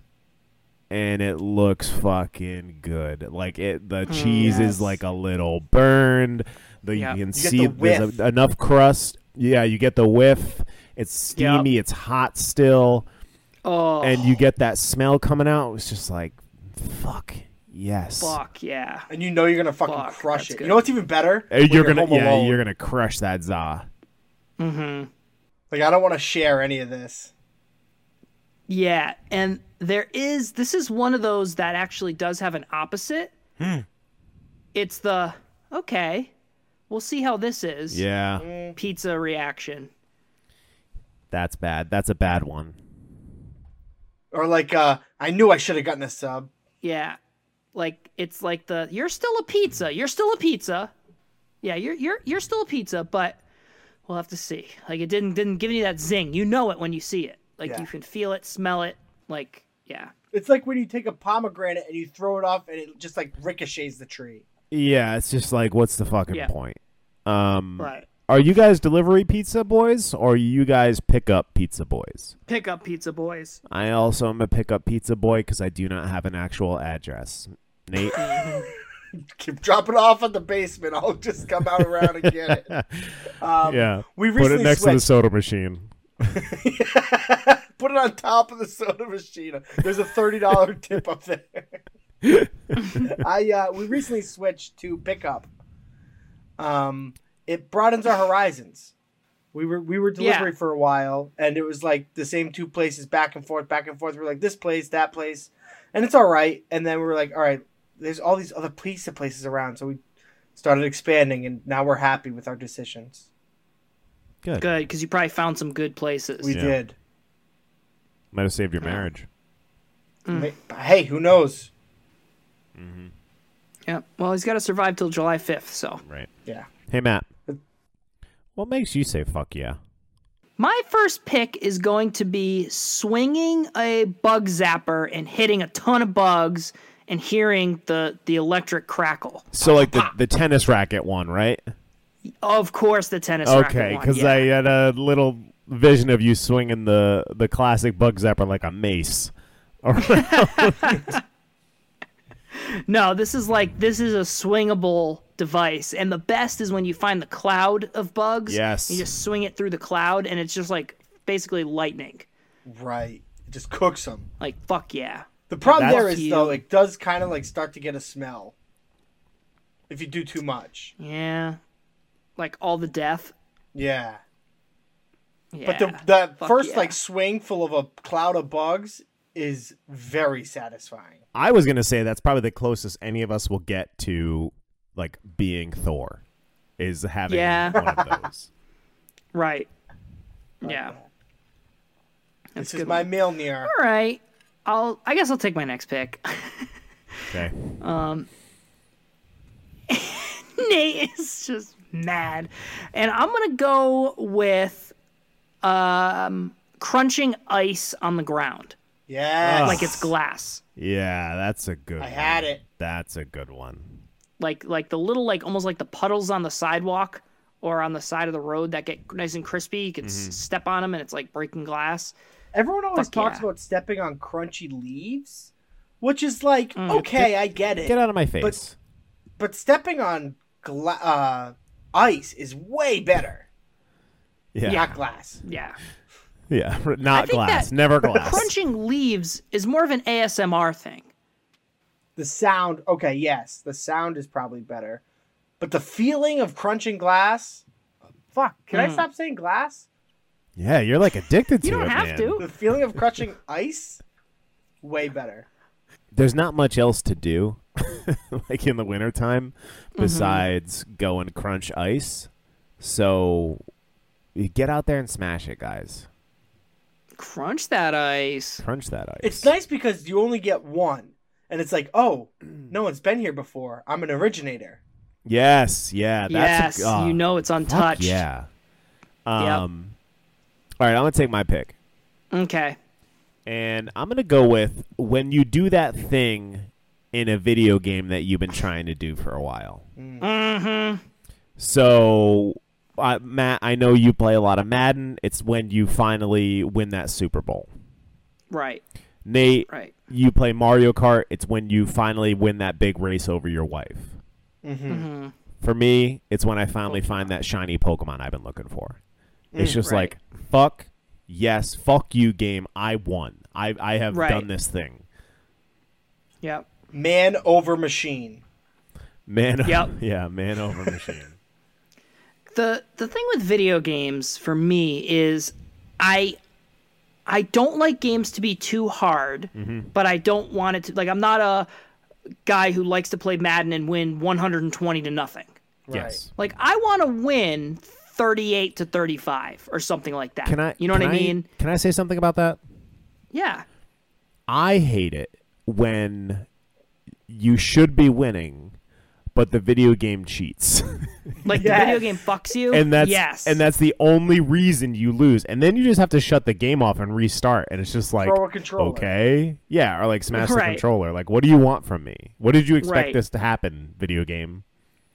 S2: and it looks fucking good. Like it the cheese
S1: Mm, yes.
S2: is like a little burned. The
S3: Yeah.
S2: you can
S1: get
S2: see
S1: the
S2: there's
S1: whiff.
S2: a, enough crust. Yeah, you get the whiff. It's
S3: Yep.
S2: steamy, it's hot still,
S3: Oh,
S2: and you get that smell coming out. It's just like fuck. Yes.
S3: fuck yeah.
S1: And you know you're gonna fucking
S3: Fuck,
S1: crush
S3: that's
S1: it.
S3: good.
S1: You know what's even better?
S2: Uh,
S1: When
S2: You're, gonna
S1: home
S2: yeah,
S1: alone.
S2: you're gonna crush that za.
S1: Like I don't want to share any of this.
S3: Yeah, and there is this is one of those that actually does have an opposite.
S2: Hmm.
S3: It's the okay, we'll see how this is.
S1: Mm.
S2: Yeah,
S3: Pizza reaction.
S2: that's bad. That's a bad one.
S1: Or like, uh, I knew I should have gotten a sub.
S3: Yeah. Like it's like the you're still a pizza. You're still a pizza. Yeah, you're you're you're still a pizza, but we'll have to see. Like it didn't didn't give you that zing. You know it when you see it. Like
S1: Yeah.
S3: you can feel it, smell it, like yeah.
S1: It's like when you take a pomegranate and you throw it off, and it just like ricochets the tree.
S2: Yeah, it's just like, what's the fucking
S3: Yeah.
S2: point? Um,
S3: Right.
S2: Are you guys delivery pizza boys, or are you guys pick up pizza boys?
S3: Pick up pizza boys.
S2: I also am a pick up pizza boy because I do not have an actual address. Nate,
S1: Keep dropping off at the basement. I'll just come out around and get it. Um,
S2: yeah,
S1: we recently switched.
S2: soda machine.
S1: Put it on top of the soda machine. There's a thirty dollar tip up there. I uh, we recently switched to pickup. Um, it broadens our horizons. We were we were
S3: Yeah.
S1: delivery for a while, and it was like the same two places back and forth, back and forth. We're like this place, that place, and it's all right. And then we were like, all right, there's all these other pizza places around, so we started expanding, and now we're happy with our decisions.
S2: Good.
S3: Good, because you probably found some good places.
S1: We
S2: Yeah.
S1: did.
S2: Might have saved your marriage.
S1: Ma- Hey, who knows?
S3: Yeah. Well, he's got to survive till July 5th, so.
S2: Right.
S1: Yeah.
S2: Hey Matt, what makes you say fuck yeah?
S3: My first pick is going to be swinging a bug zapper and hitting a ton of bugs and hearing the the electric crackle.
S2: So like the the tennis racket one, right?
S3: Of course, the tennis
S2: Okay,
S3: because
S2: because I had a little vision of you swinging the the classic bug zapper like a mace.
S3: No, this is like this is a swingable device, and the best is when you find the cloud of bugs.
S2: Yes.
S3: You just swing it through the cloud, and it's just like basically lightning.
S1: Right. It just cooks them.
S3: Like fuck yeah.
S1: The problem
S2: That's
S1: there is
S3: you.
S1: though, it does kind of like start to get a smell if you do too much.
S3: Yeah. Like all the death.
S1: Yeah.
S3: Yeah.
S1: But the the
S3: Fuck
S1: first
S3: yeah.
S1: like swing full of a cloud of bugs is very satisfying.
S2: I was gonna say that's probably the closest any of us will get to like being Thor, is having
S3: Yeah.
S2: one of those.
S3: Right. Yeah. That's
S1: This
S3: good.
S1: is my Mjolnir.
S3: All right. I'll I guess I'll take my next pick.
S2: Okay,
S3: Nate is just mad. And I'm going to go with um crunching ice on the ground.
S1: Yes.
S3: like it's glass.
S2: Yeah, that's a good.
S1: I had
S2: one.
S1: it.
S2: That's a good one.
S3: Like like the little like almost like the puddles on the sidewalk or on the side of the road that get nice and crispy. You can
S2: Mm-hmm.
S3: s step on them and it's like breaking glass.
S1: Everyone always
S3: Fuck
S1: talks
S3: yeah.
S1: about stepping on crunchy leaves, which is like
S3: Mm.
S1: okay, I get it.
S2: Get out of my face.
S1: But stepping on gla- uh, ice is way better.
S2: yeah.
S1: Not glass.
S3: Yeah.
S2: Yeah, not
S3: think
S2: glass,
S3: that
S2: never glass.
S3: Crunching leaves is more of an ASMR thing.
S1: The sound. Okay, yes, the sound is probably better, but the feeling of crunching glass. Fuck. Can I
S3: Mm.
S1: stop saying glass?
S2: Yeah, you're like addicted to
S3: You don't
S2: it,
S3: have
S2: man.
S3: to.
S1: The feeling of crunching ice. Way better.
S2: There's not much else to do, like in the wintertime,
S3: Mm-hmm.
S2: besides go and crunch ice. So you get out there and smash it, guys.
S3: Crunch that ice.
S2: Crunch that ice.
S1: It's nice because you only get one, and it's like, oh, no one's been here before. I'm an originator.
S2: Yes, yeah. That's
S3: yes,
S2: a, oh,
S3: you know it's
S2: fuck
S3: untouched.
S2: Yeah. Um. All right, I'm gonna take my pick.
S3: Okay.
S2: And I'm going to go with when you do that thing in a video game that you've been trying to do for a while.
S3: Mm-hmm.
S2: So, uh, Matt, I know you play a lot of Madden. It's when you finally win that Super Bowl.
S3: Right.
S2: Nate,
S3: Right.
S2: you play Mario Kart. It's when you finally win that big race over your wife.
S1: Mm-hmm.
S2: For me, it's when I finally find that shiny Pokemon I've been looking for.
S1: Mm,
S2: It's just
S3: right.
S2: like, fuck, yes, fuck you, game. I won. I, I have
S3: Right.
S2: done this thing.
S3: Yep.
S1: Man over machine.
S2: Man,
S3: Yep.
S2: yeah, man over machine.
S3: the the thing with video games for me is I I don't like games to be too hard,
S2: Mm-hmm.
S3: but I don't want it to like I'm not a guy who likes to play Madden and win 120 to nothing.
S1: Right.
S2: Yes.
S3: Like I want to win 38 to 35 or something like that.
S2: Can I?
S3: You know
S2: can
S3: what I mean?
S2: Can I say something about that?
S3: Yeah.
S2: I hate it when you should be winning, but the video game cheats,
S3: Like
S1: Yes.
S3: the video game fucks you.
S2: and that's
S3: yes.
S2: and that's the only reason you lose. And then you just have to shut the game off and restart. And it's just like,
S1: Throw a controller.
S2: okay, yeah, or like smash the
S3: Right.
S2: controller. Like, what do you want from me? What did you expect
S3: Right.
S2: this to happen? Video game.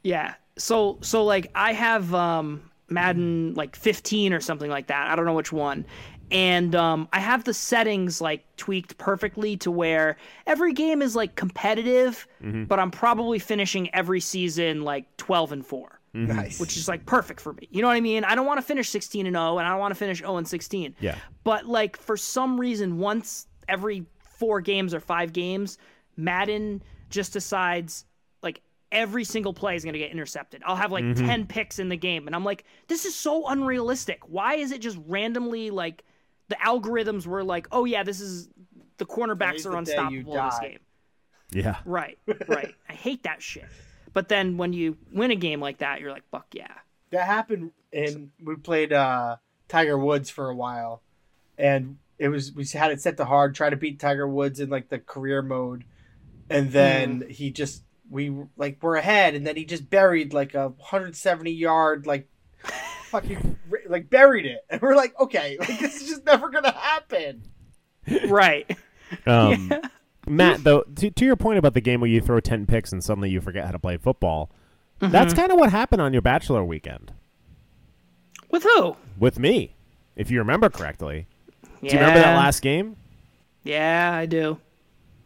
S3: Yeah. So so like I have um Madden like 15 or something like that. I don't know which one. And um I have the settings like tweaked perfectly to where every game is like competitive, but I'm probably finishing every season like 12 and 4,
S1: Nice.
S3: which is like perfect for me. You know what I mean? I don't want to finish 16 and 0 and I don't want to finish 0 and 16.
S2: Yeah.
S3: But like for some reason, once every four games or five games, Madden just decides like every single play is going to get intercepted. I'll have like 10 picks in the game. And I'm like, this is so unrealistic. Why is it just randomly like the algorithms were like, oh yeah, this is the
S1: Today's
S3: cornerbacks
S1: the
S3: are
S1: day you
S3: unstoppable in this
S1: die.
S3: game.
S2: Yeah.
S3: Right, right. I hate that shit. But then when you win a game like that, you're like, fuck yeah.
S1: that happened and we played uh tiger woods for a while and it was we had it set to hard try to beat tiger woods in like the career mode and then he just we like were ahead and then he just buried like a 170 yard like fucking like buried it and we're like okay like this is just never gonna happen
S3: Right.
S2: Um, Matt, though, to, to your point about the game where you throw 10 picks and suddenly you forget how to play football, that's
S3: Mm-hmm.
S2: kind of what happened on your bachelor weekend
S3: With who?
S2: with me, if you remember correctly. Do you remember that
S3: Yeah.
S2: last game?
S3: Yeah, I do.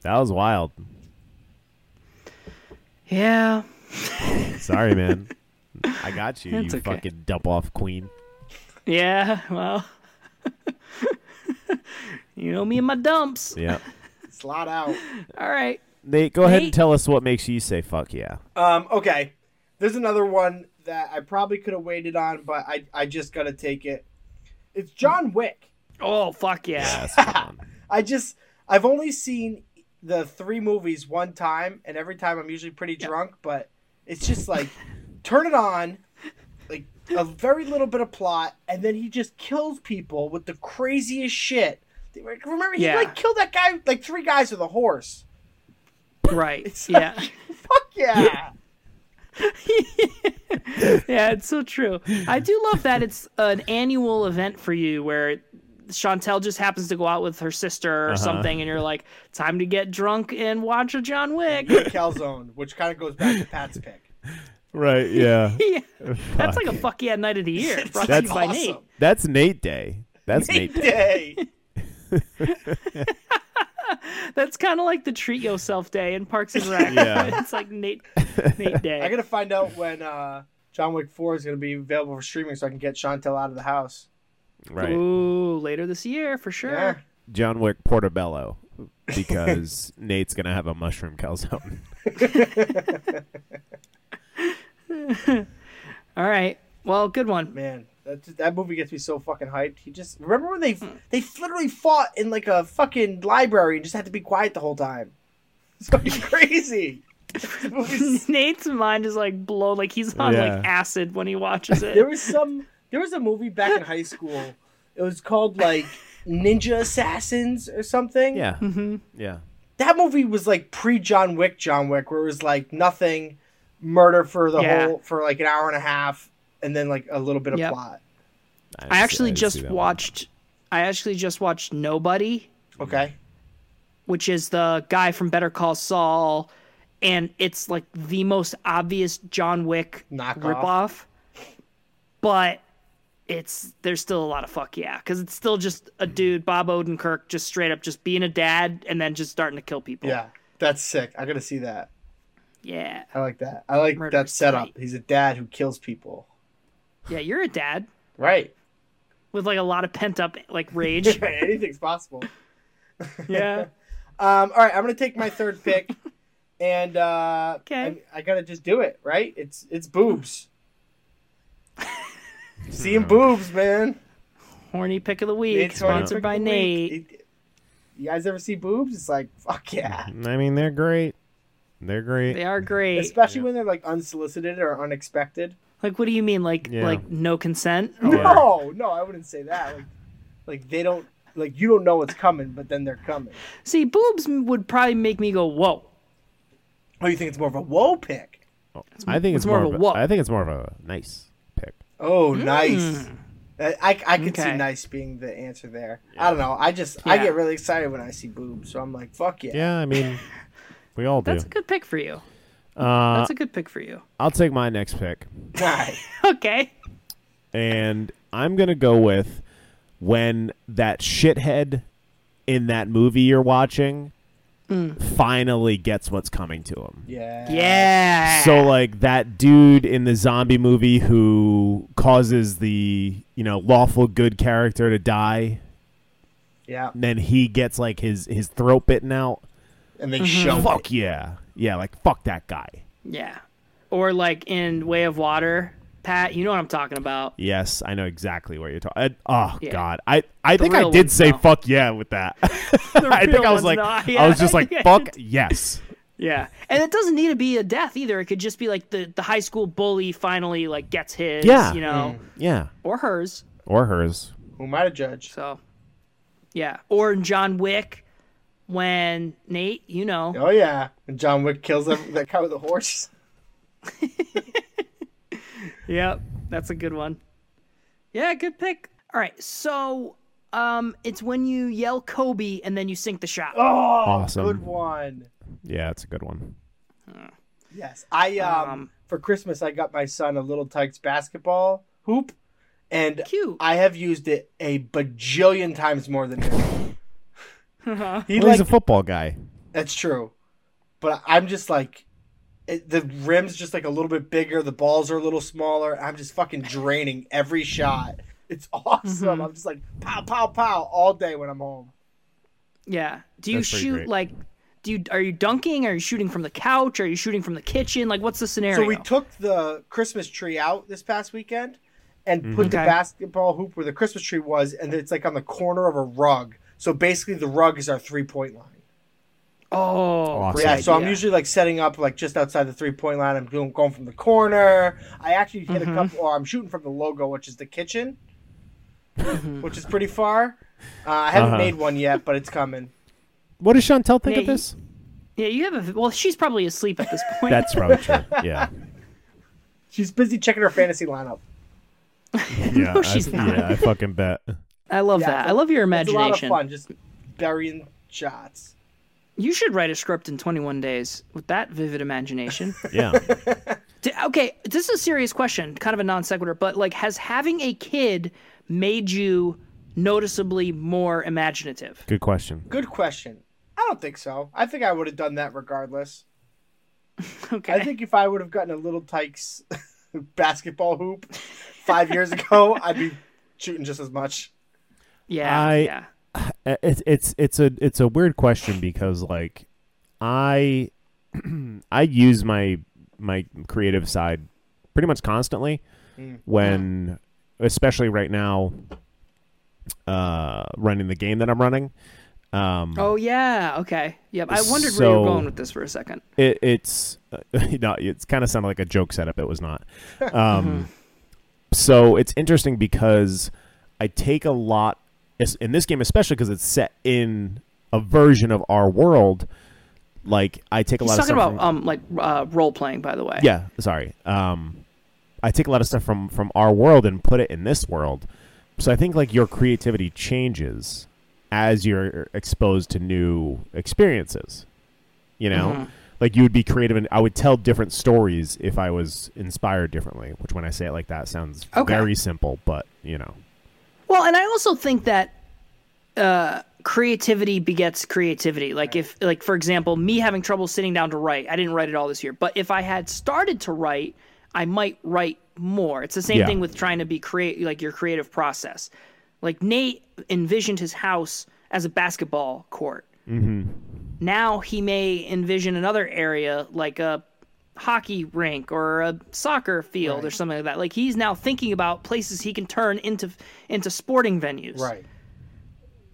S2: That was wild.
S3: Yeah.
S2: Sorry, man. I got you,
S3: It's
S2: you
S3: okay.
S2: fucking dump off queen.
S3: Yeah, well, you know me and my dumps.
S2: Yeah.
S1: slot out
S3: All right.
S2: Nate, go ahead and
S3: Nate-
S2: tell us what makes you say fuck yeah.
S1: Um, okay. There's another one that I probably could have waited on, but I, I just gotta take it. It's John Wick.
S3: Oh fuck yeah.
S2: That's a good one.
S1: I just I've only seen the three movies one time, and every time I'm usually pretty drunk, but it's just like turn it on, like a very little bit of plot, and then he just kills people with the craziest shit. Remember he
S3: Yeah.
S1: like killed that guy like three guys with a horse.
S3: Right.
S1: It's
S3: Yeah.
S1: Fuck yeah.
S3: Yeah, it's so true. I do love that it's an annual event for you where Chantel just happens to go out with her sister or
S2: Uh-huh.
S3: something, and you're like, time to get drunk and watch a John Wick.
S1: Calzone, which kind of goes back to Pat's pick.
S2: Right. Yeah.
S3: Yeah. That's
S2: Fuck.
S3: like a fuck yeah night of the year. Brought to
S2: That's
S3: you by Nate.
S2: That's Nate Day. That's Nate. Day.
S1: Day.
S3: That's kind of like the treat yourself day in Parks and Rec.
S2: Yeah.
S3: it's like Nate Nate Day.
S1: I gotta find out when uh, John Wick Four is gonna be available for streaming, so I can get Chantel out of the house.
S2: Right.
S3: Ooh, later this year for sure.
S1: Yeah.
S2: John Wick Portobello, because Nate's gonna have a mushroom calzone.
S3: All right. Well, good one.
S1: Man, that that movie gets me so fucking hyped. He just remember when they they literally fought in like a fucking library and just had to be quiet the whole time. It's fucking crazy. The movie's-
S3: Nate's mind is like blown. Like he's on
S2: Yeah.
S3: like acid when he watches it.
S1: there was some there was a movie back in high school. It was called like Ninja Assassins or something.
S2: Yeah.
S3: hmm
S2: Yeah.
S1: that movie was like pre John Wick John Wick where it was like nothing murder for the
S3: Yeah.
S1: whole for like an hour and a half and then like a little bit of
S3: Yep.
S1: plot.
S2: didn't
S3: I
S2: see-
S3: actually
S2: didn't see
S3: just
S2: that one.
S3: watched. I actually just watched Nobody,
S1: Okay.
S3: which is the guy from Better Call Saul, and it's like the most obvious John Wick
S1: Knockoff.
S3: ripoff. But it's there's still a lot of fuck yeah because it's still just a dude Bob Odenkirk just straight up just being a dad and then just starting to kill people.
S1: Yeah. That's sick. I gotta see that.
S3: yeah,
S1: I like that. I like
S3: Murder
S1: that
S3: is
S1: setup.
S3: tight.
S1: He's a dad who kills people.
S3: yeah. You're a dad
S1: Right.
S3: with like a lot of pent up like rage.
S1: Anything's possible.
S3: yeah,
S1: Um, all right, I'm gonna take my third pick, and uh,
S3: 'Kay.
S1: I, I gotta just do it. Right? It's it's boobs. Seeing boobs, man.
S3: horny pick of the week
S1: Nate's already
S3: sponsored
S1: picked
S3: by
S1: the
S3: Nate.
S1: week. It- You guys ever see boobs? It's like fuck yeah.
S2: I mean, they're great. They're great.
S3: They are great.
S1: especially when they're like unsolicited or unexpected.
S3: Like, what do you mean? Like,
S2: Yeah.
S3: like no consent?
S1: Oh. No, no, I wouldn't say that. Like, like they don't like you don't know what's coming, but then they're coming.
S3: See, boobs m- would probably make me go, "Whoa!"
S1: Oh, you think it's more of a whoa pick?
S2: I think
S3: it's
S2: it's,
S3: more
S2: more,
S3: of a
S2: of
S3: what?
S2: a, I think it's more of a nice pick.
S1: Oh, nice. I I, I could see
S3: Hmm. Okay.
S1: nice being the answer there. I don't know. I just I
S3: Yeah.
S1: get really excited when I see boobs, so I'm like, fuck yeah.
S2: Yeah, I mean, we all do.
S3: That's a good pick for you.
S2: Uh,
S3: That's a good pick for you.
S2: I'll take my next pick,
S1: Alright.
S3: Okay.
S2: and I'm gonna go with when that shithead in that movie you're watching finally gets what's coming to him.
S1: Yeah.
S3: Yeah.
S2: So like that dude in the zombie movie who causes the you know lawful good character to die,
S1: Yeah.
S2: and then he gets like his his throat bitten out.
S1: And
S3: Mm-hmm.
S1: they show it.
S2: Fuck yeah, yeah, like fuck that guy.
S3: yeah. Or like in Way of Water, Pat. You know what I'm talking about.
S2: Yes, I know exactly what you're talking. Oh
S3: Yeah.
S2: God, I I think I
S3: real
S2: did
S3: ones,
S2: say
S3: though.
S2: fuck yeah with that. I
S3: real
S2: think I
S3: ones,
S2: was like,
S3: though.
S2: I
S3: Yeah,
S2: was just like
S3: yeah.
S2: fuck yes.
S3: Yeah. And it doesn't need to be a death either. It could just be like the the high school bully finally like gets his.
S2: Yeah.
S3: You know,
S2: Yeah,
S3: or hers.
S2: or hers.
S1: Who am I to judge?
S3: So. Yeah. Or in John Wick, when Nate, you know.
S1: Oh yeah. And John Wick kills them that guy with the horse.
S3: Yep, that's a good one. Yeah, good pick. All right, so um, it's when you yell Kobe and then you sink the shot.
S1: Oh
S2: Awesome.
S1: good one.
S2: Yeah, it's a good one.
S1: Yes, I um,
S3: Um,
S1: for Christmas I got my son a little Tykes basketball hoop, and
S3: Cute.
S1: I have used it a bajillion times more than him. he
S2: Well,
S1: like
S2: he's a football guy.
S1: that's true, but I'm just like it, the rim's just like a little bit bigger, the balls are a little smaller. I'm just fucking draining every shot. It's awesome. I'm just like pow pow pow all day when I'm home.
S3: yeah. Do you
S2: That's pretty
S3: shoot
S2: great.
S3: like? Do you are you dunking? Are you shooting from the couch? Are you shooting from the kitchen? Like, what's the scenario?
S1: So we took the Christmas tree out this past weekend and put the
S3: Okay.
S1: basketball hoop where the Christmas tree was, and it's like on the corner of a rug. So basically, the rug is our three point line.
S3: oh,
S2: Awesome.
S3: great
S1: Yeah, so I'm
S3: idea.
S1: usually like setting up like just outside the three point line. I'm doing, going from the corner. I actually hit
S3: Mm-hmm.
S1: a couple, or I'm shooting from the logo, which is the kitchen,
S3: Mm-hmm.
S1: which is pretty far. Uh, I haven't
S2: Uh-huh.
S1: made one yet, but it's coming.
S2: What does Chantel think
S3: Yeah,
S2: of
S3: you-
S2: this?
S3: yeah. You have a well. She's probably asleep at this point.
S2: That's probably true. Yeah,
S1: She's busy checking her fantasy lineup.
S2: yeah.
S3: she's
S2: I,
S3: not.
S2: Yeah, I fucking bet.
S3: I love
S1: Yeah,
S3: that.
S1: it's
S3: I
S1: a-
S3: love your
S1: It's a lot of
S3: imagination.
S1: fun just burying shots.
S3: You should write a script in 21 days with that vivid imagination.
S2: Yeah.
S3: D- okay, this is a serious question, kind of a non sequitur, but like, has having a kid made you noticeably more imaginative?
S2: Good question.
S1: Good question. I don't think so. I think I would have done that regardless.
S3: Okay.
S1: I think if I would have gotten a little Tykes basketball hoop five years ago, I'd be shooting just as much.
S3: yeah.
S2: I-
S3: yeah.
S2: Uh, It's it's it's a it's a weird question because like I I use my my creative side pretty much constantly
S1: Mm.
S2: when especially right now uh running the game that I'm running. Um
S3: Oh, yeah. Okay. Yep. I wondered where you
S2: So-
S3: were going with this for a second.
S2: it, it's uh, no, it's kind of sounded like a joke setup. It was not.
S3: Mm-hmm.
S2: Um, so it's interesting because I take a lot es- in this game, especially because it's set in a version of our world. Like I take a
S3: He's
S2: lot of
S3: talking
S2: stuff
S3: about
S2: from-
S3: um like uh, role playing, by the way.
S2: yeah, sorry. Um, I take a lot of stuff from from our world and put it in this world. So I think like your creativity changes as you're exposed to new experiences. You know,
S1: Mm-hmm.
S3: Mhm.
S2: like you would be creative, and I would tell different stories if I was inspired differently. Which, when I say it like that, sounds
S3: Okay.
S2: very simple, but you know,
S3: Well, and I also think that uh, creativity begets creativity. Like if, like for example, me having trouble sitting down to write, I didn't write at all this year. But if I had started to write, I might write more. It's the same
S2: Yeah.
S3: thing with trying to be create, like your creative process. Like Nate envisioned his house as a basketball court. Now he may envision another area like a hockey rink or a soccer field or something like that. Like he's now thinking about places he can turn into into sporting venues.
S1: Right.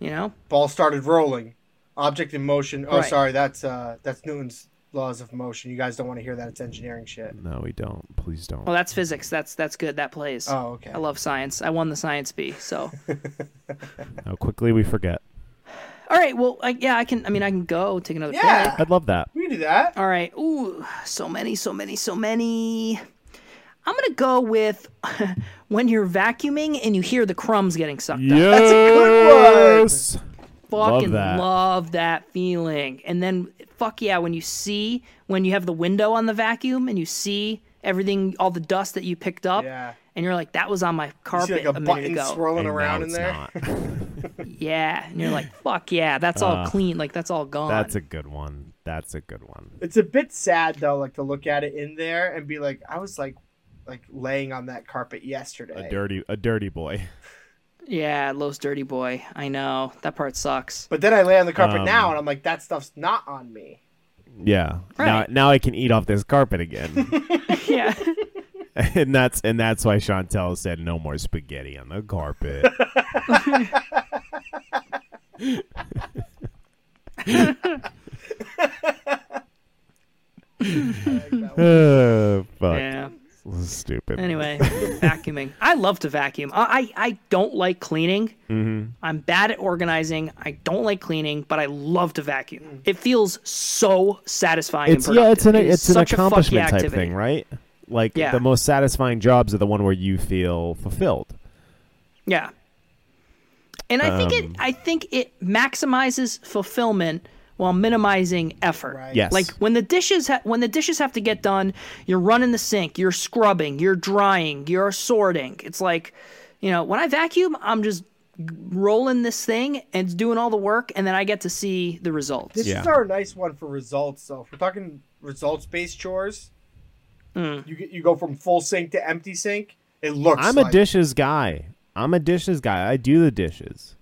S3: You know?
S1: Ball started rolling. Object in motion. Oh,
S3: Right.
S1: sorry. That's uh, that's Newton's laws of motion. You guys don't want to hear that. It's engineering shit.
S2: no, we don't. Please don't.
S3: Well, that's physics. That's that's good. That plays.
S1: Oh, okay.
S3: I love science. I won the science bee. So,
S2: How quickly we forget.
S3: all right. Well, I, yeah, I can. I mean, I can go take another.
S1: Yeah.
S3: break.
S2: I'd love that.
S1: We can do that.
S3: All right. Ooh, so many, so many, so many. I'm gonna go with when you're vacuuming and you hear the crumbs getting sucked up.
S1: That's a good one.
S2: Yes! Love
S3: fucking love
S2: that.
S3: that. feeling. And then fuck yeah, when you see when you have the window on the vacuum and you see everything, all the dust that you picked up,
S1: Yeah.
S3: and you're like, that was on my
S1: You see
S3: carpet
S1: like a,
S3: a, minute
S1: button
S3: ago.
S1: swirling
S2: And now
S1: around in
S2: it's
S1: there.
S2: not.
S3: yeah, and you're like, fuck yeah, that's all clean, like that's all gone.
S2: Ah. That's a good one. That's a good one.
S1: It's a bit sad though, like to look at it in there and be like, I was like, like laying on that carpet yesterday.
S2: A dirty, a dirty boy.
S3: yeah, Lowe's dirty boy. I know that part sucks.
S1: But then I lay on the carpet
S2: Um,
S1: now and I'm like, that stuff's not on me.
S2: Yeah.
S3: Right.
S2: Now, now I can eat off this carpet again,
S3: yeah,
S2: and that's and that's why Chantel said no more spaghetti on the carpet. oh, fuck.
S3: yeah.
S2: This is Stupid.
S3: Anyway, vacuuming. I love to vacuum. I I, I don't like cleaning.
S2: Mhm.
S3: I'm bad at organizing. I don't like cleaning, but I love to vacuum. It feels so satisfying.
S2: It's
S3: and
S2: yeah, it's an
S3: productive. It is
S2: it's an
S3: such a fucky
S2: accomplishment type
S3: activity.
S2: thing, right? Like
S3: Yeah.
S2: the most satisfying jobs are the one where you feel fulfilled.
S3: Yeah. And I think it
S2: Um,
S3: I think it maximizes fulfillment while minimizing effort.
S1: Right.
S2: Yes.
S3: Like when the dishes ha- when the dishes have to get done, you're running the sink, you're scrubbing, you're drying, you're sorting. It's like, you know, when I vacuum, I'm just rolling this thing and it's doing all the work and then I get to see the results.
S1: This
S2: Yeah.
S1: is our nice one for results though. If we're talking results based chores,
S3: Hmm.
S1: you get you go from full sink to empty sink. It looks
S2: I'm
S1: like,
S2: a dishes guy. I'm a dishes guy. I do the dishes.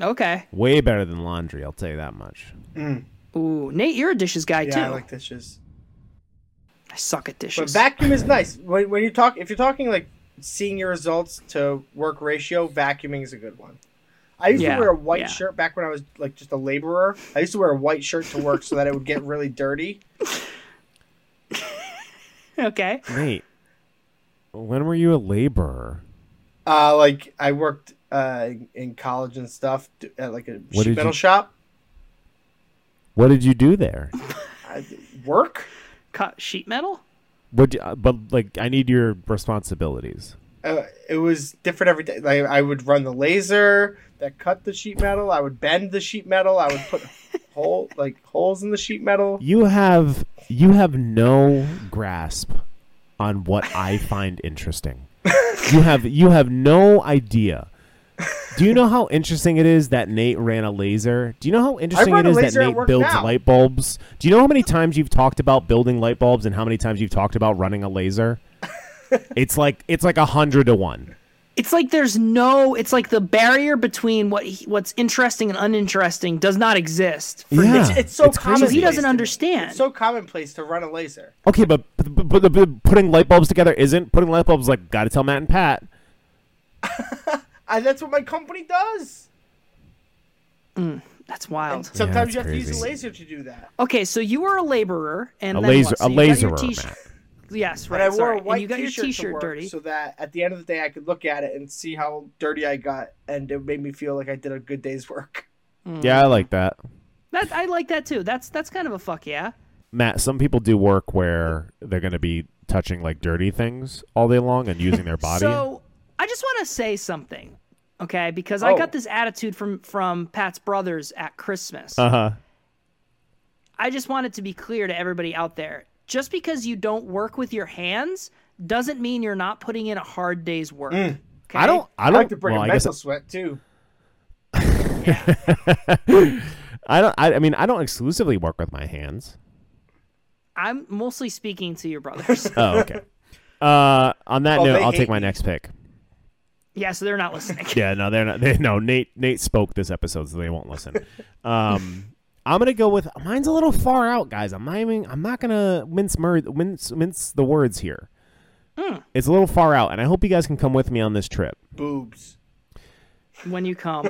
S3: Okay.
S2: Way better than laundry, I'll tell you that much.
S3: Ooh, Nate, you're a dishes guy too.
S1: Yeah, I like dishes.
S3: I suck at
S1: But
S3: dishes.
S1: vacuum is nice. When, when you talk, if you're talking like seeing your results to work ratio, vacuuming is a good one. I used
S3: Yeah,
S1: to wear a white
S3: yeah.
S1: shirt back when I was like just a laborer. I used to wear a white shirt to work so that it would get really dirty.
S3: okay.
S2: Nate, when were you a laborer?
S1: Uh, like I worked uh, in college and stuff t- at like a
S2: What
S1: sheet
S2: did
S1: metal
S2: you-
S1: shop.
S2: What did you do there?
S1: I, work.
S3: Cut sheet metal?
S2: What? do- uh, but like, I need your responsibilities.
S1: uh, it was different every day. Like I would run the laser that cut the sheet metal. I would bend the sheet metal. I would put hole like holes in the sheet metal.
S2: You have you have no grasp on what I find interesting. you have you have no idea. Do you know how interesting it is that Nate ran a laser? Do you know how interesting
S1: run
S2: it
S1: a
S2: is that
S1: laser at
S2: Nate
S1: work
S2: builds
S1: now.
S2: light bulbs? Do you know how many times you've talked about building light bulbs and how many times you've talked about running a laser? it's like it's like a hundred to one.
S3: It's like there's no. It's like the barrier between what he, what's interesting and uninteresting does not exist. For
S2: Yeah,
S3: him.
S1: It's, it's so
S2: crazy.
S1: commonplace.
S3: He doesn't
S1: to-
S3: understand.
S1: It's so commonplace to run a laser.
S2: Okay, but, but, but, but- but putting light bulbs together isn't putting light bulbs like gotta tell Matt and Pat.
S1: I, that's what my company does.
S3: That's wild.
S2: that's
S1: Sometimes you have to use
S2: crazy.
S1: a laser to do that.
S3: Okay, so you were a laborer and
S2: A
S3: then
S2: laser,
S3: what? So
S2: a
S3: you got your
S2: laserer,
S3: t-shirt-
S2: Matt.
S3: Yes,
S1: But
S3: right.
S1: I wore
S3: sorry.
S1: a white
S3: and you got your
S1: t-shirt, to
S3: t-shirt
S1: work
S3: dirty.
S1: so that at the end of the day I could look at it and see how dirty I got, and it made me feel like I did a good day's work.
S2: Yeah, I like that.
S3: That I like that too. That's that's kind of a fuck yeah.
S2: Matt, some people do work where they're going to be touching like dirty things all day long and using their body.
S3: So I just want to say something, okay? Because
S1: Oh.
S3: I got this attitude from from Pat's brothers at Christmas.
S2: uh huh.
S3: I just want it to be clear to everybody out there. Just because you don't work with your hands doesn't mean you're not putting in a hard day's work. Okay?
S2: Mm. I don't. I
S1: I
S2: don't.
S1: like to bring
S2: well,
S1: a
S2: I guess
S1: mental sweat too.
S2: I don't. I, I mean, I don't exclusively work with my hands.
S3: I'm mostly speaking to your brothers.
S2: Oh, okay. uh, on that
S1: Well,
S2: note,
S1: they
S2: I'll
S1: hate
S2: take my
S1: me.
S2: next pick.
S3: yeah, so they're not listening.
S2: Yeah, no, they're not. They, no, Nate. Nate spoke this episode, so they won't listen. Um, I'm gonna go with mine's a little far out, guys. I'm not even. I'm not gonna mince mur- mince mince the words here.
S1: Hmm.
S2: It's a little far out, and I hope you guys can come with me on this trip.
S1: Boobs.
S3: when you come.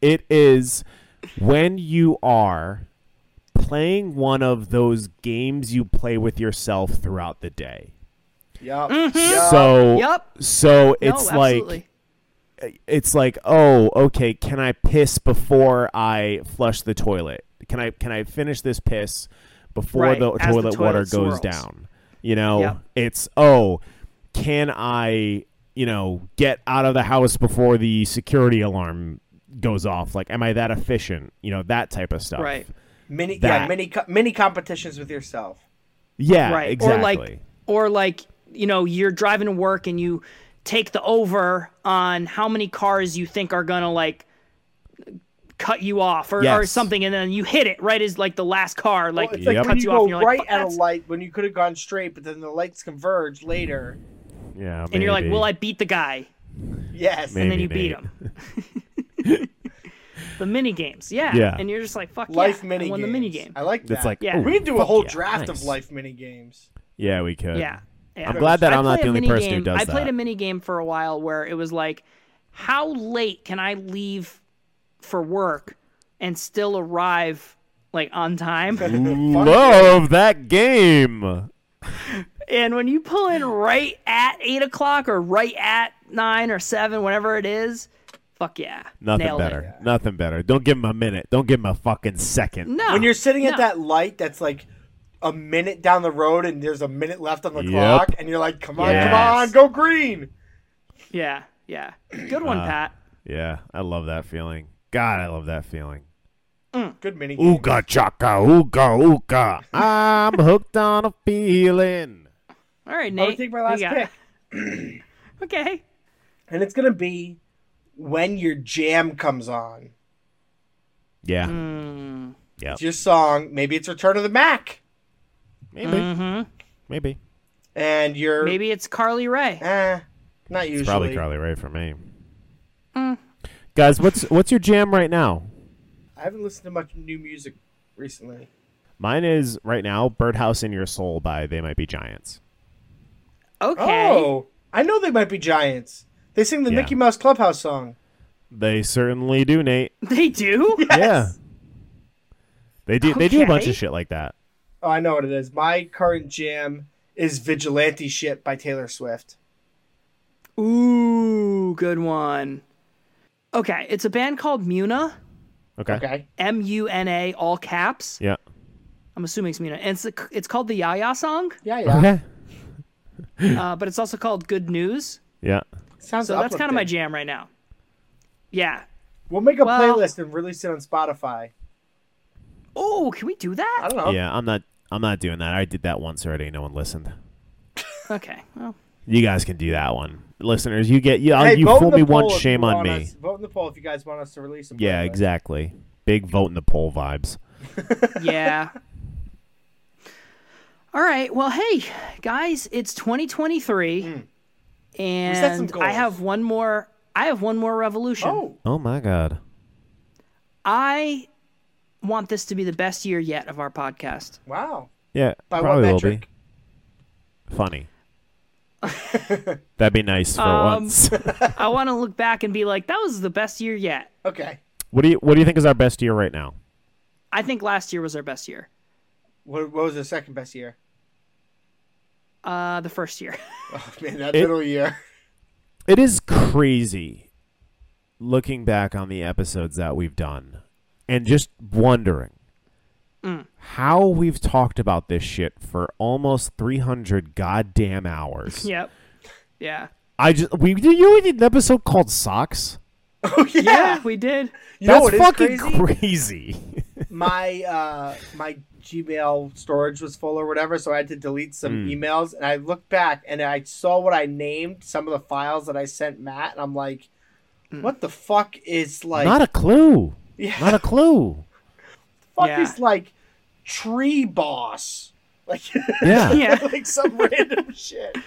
S2: It is when you are playing one of those games you play with yourself throughout the day.
S1: Yup.
S3: Mm-hmm.
S2: So
S3: Yup.
S2: so it's
S3: no, absolutely.
S2: like it's like, "Oh, okay, can I piss before I flush the toilet? Can I can I finish this piss before
S3: Right,
S2: the
S3: as the
S2: toilet water goes
S3: toilet swirls.
S2: down?" You know,
S3: Yep.
S2: it's, "Oh, can I, you know, get out of the house before the security alarm goes off? Like am I that efficient?" You know, that type of stuff.
S3: right.
S1: Mini, yeah,
S2: That.
S1: mini, co- mini competitions with yourself.
S2: Yeah,
S3: right
S2: exactly.
S3: or like or like you know you're driving to work and you take the over on how many cars you think are gonna like cut you off or, or
S2: Yes.
S3: something and then you hit it right as like the last car like,
S1: Well, it's
S2: Yep.
S1: like when
S3: cuts
S1: you
S3: you, off
S1: go
S3: and you're like,
S1: right
S3: "Fuck,
S1: at a
S3: that's-"
S1: light when you could have gone straight, but then the lights converge later.
S2: yeah,
S3: and you're like
S2: maybe.
S3: will i beat the guy
S1: Yes.
S2: Maybe.
S3: and then you beat him the mini games yeah
S2: Yeah.
S3: and you're just like fuck
S1: Life
S3: yeah,
S1: mini
S3: I won
S1: games.
S3: the mini game
S1: I like that.
S2: It's like,
S3: Yeah.
S2: "Ooh,
S1: we can do a
S2: fuck
S1: whole
S2: yeah,
S1: draft
S2: nice."
S1: of life mini games.
S2: Yeah, we could.
S3: yeah, yeah.
S2: I'm glad that
S3: I
S2: I'm not
S3: play a
S2: the only
S3: mini
S2: person who
S3: game-
S2: does
S3: I played
S2: that.
S3: a mini game for a while where it was like, how late can I leave for work and still arrive like on time?
S2: Love that game.
S3: and when you pull in right at eight o'clock or right at nine or seven, whatever it is, fuck yeah,
S2: Nothing
S3: Nailed it.
S2: better. Nothing better. Don't give him a minute. Don't give him a fucking second.
S3: No,
S1: when you're sitting at
S3: no.
S1: that light that's like a minute down the road and there's a minute left on the
S2: Yep.
S1: clock and you're like come on
S2: Yes.
S1: come on go green
S3: yeah, yeah, good
S2: Uh,
S3: one, Pat.
S2: Yeah, I love that feeling. God, I love that feeling.
S1: good mini game.
S2: Ooga chaka, ooga ooga. I'm hooked on a feeling.
S3: All right,
S1: i'm
S3: Nate,
S1: gonna take my
S3: what
S1: last
S3: do you
S1: pick
S3: got? Okay,
S1: and it's gonna be when your jam comes on
S2: Yeah,
S3: Mm-hmm.
S1: it's your song maybe it's return of the mac
S2: maybe. Maybe.
S1: and you're
S3: maybe it's Carly Ray.
S1: eh, not usually
S2: Probably Carly Ray for me.
S3: Mm.
S2: Guys, what's what's your jam right now?
S1: i haven't listened to much new music recently
S2: Mine is right now Birdhouse in Your Soul by They Might Be Giants.
S3: Okay.
S1: oh i know they might be giants they sing the
S2: Yeah.
S1: mickey mouse clubhouse song
S2: They certainly do, Nate.
S3: They do?
S2: Yeah. They do they do a bunch
S3: Okay.
S2: of shit like that.
S1: oh i know what it is my current jam is vigilante shit by taylor swift
S3: Ooh, good one. Okay, it's a band called Muna,
S2: Okay.
S1: okay
S3: M U N A, all caps.
S2: Yeah.
S3: I'm assuming it's Muna. And it's, it's called the Yaya song.
S1: yeah yeah
S2: Okay.
S3: uh, but it's also called Good News.
S2: Yeah.
S1: Sounds
S3: So that's kind of my
S1: uplifting.
S3: jam right now. Yeah.
S1: We'll make a
S3: Well-
S1: playlist and release it on Spotify.
S3: Oh, can we do
S1: I
S3: that?
S1: don't know.
S2: Yeah, I'm not I'm not doing that. I did that once already. No one listened.
S3: Okay. Well,
S2: You guys can do that one. Listeners, you get you,
S1: Hey,
S2: you
S1: vote in
S2: fool
S1: the
S2: me once,
S1: poll if
S2: shame
S1: you
S2: on
S1: want
S2: me.
S1: us- vote in the poll if you guys want us to release them.
S2: Yeah, exactly. Big vote in the poll vibes.
S3: yeah. All right. Well, hey, guys, it's 2023,
S1: set Hmm. some
S3: and I
S1: goals.
S3: have one more. I have one more revolution.
S1: Oh,
S2: Oh my god.
S3: I want this to be the best year yet of our podcast.
S1: wow.
S2: Yeah,
S1: By
S2: probably
S1: what
S2: will be
S1: metric?
S2: funny. That'd be nice for
S3: Um,
S2: once.
S3: I want to look back and be like, that was the best year yet.
S1: Okay.
S2: what do you What do you think is our best year right now?
S3: I think last year was our best year.
S1: What, what was the second best year?
S3: Uh, the first year.
S1: Oh man, that
S2: It-
S1: middle year.
S2: It is crazy looking back on the episodes that we've done and just wondering
S1: Mm.
S2: how we've talked about this shit for almost 300 goddamn hours.
S3: yep. Yeah.
S2: I just we you know we did an episode called socks.
S1: Oh yeah.
S3: Yeah, we did.
S1: You know
S2: That's
S1: what is
S2: fucking
S1: crazy?
S2: crazy.
S1: my uh my Gmail storage was full or whatever, so I had to delete
S2: Hmm.
S1: some emails. And I looked back and I saw what I named some of the files that I sent Matt, and I'm like,
S3: Hmm.
S1: what the fuck is like?
S2: Not a clue.
S1: Yeah.
S2: Not a clue.
S1: fuck
S3: Yeah.
S1: is like tree boss? Like
S2: Yeah.
S3: Yeah.
S1: like some random shit.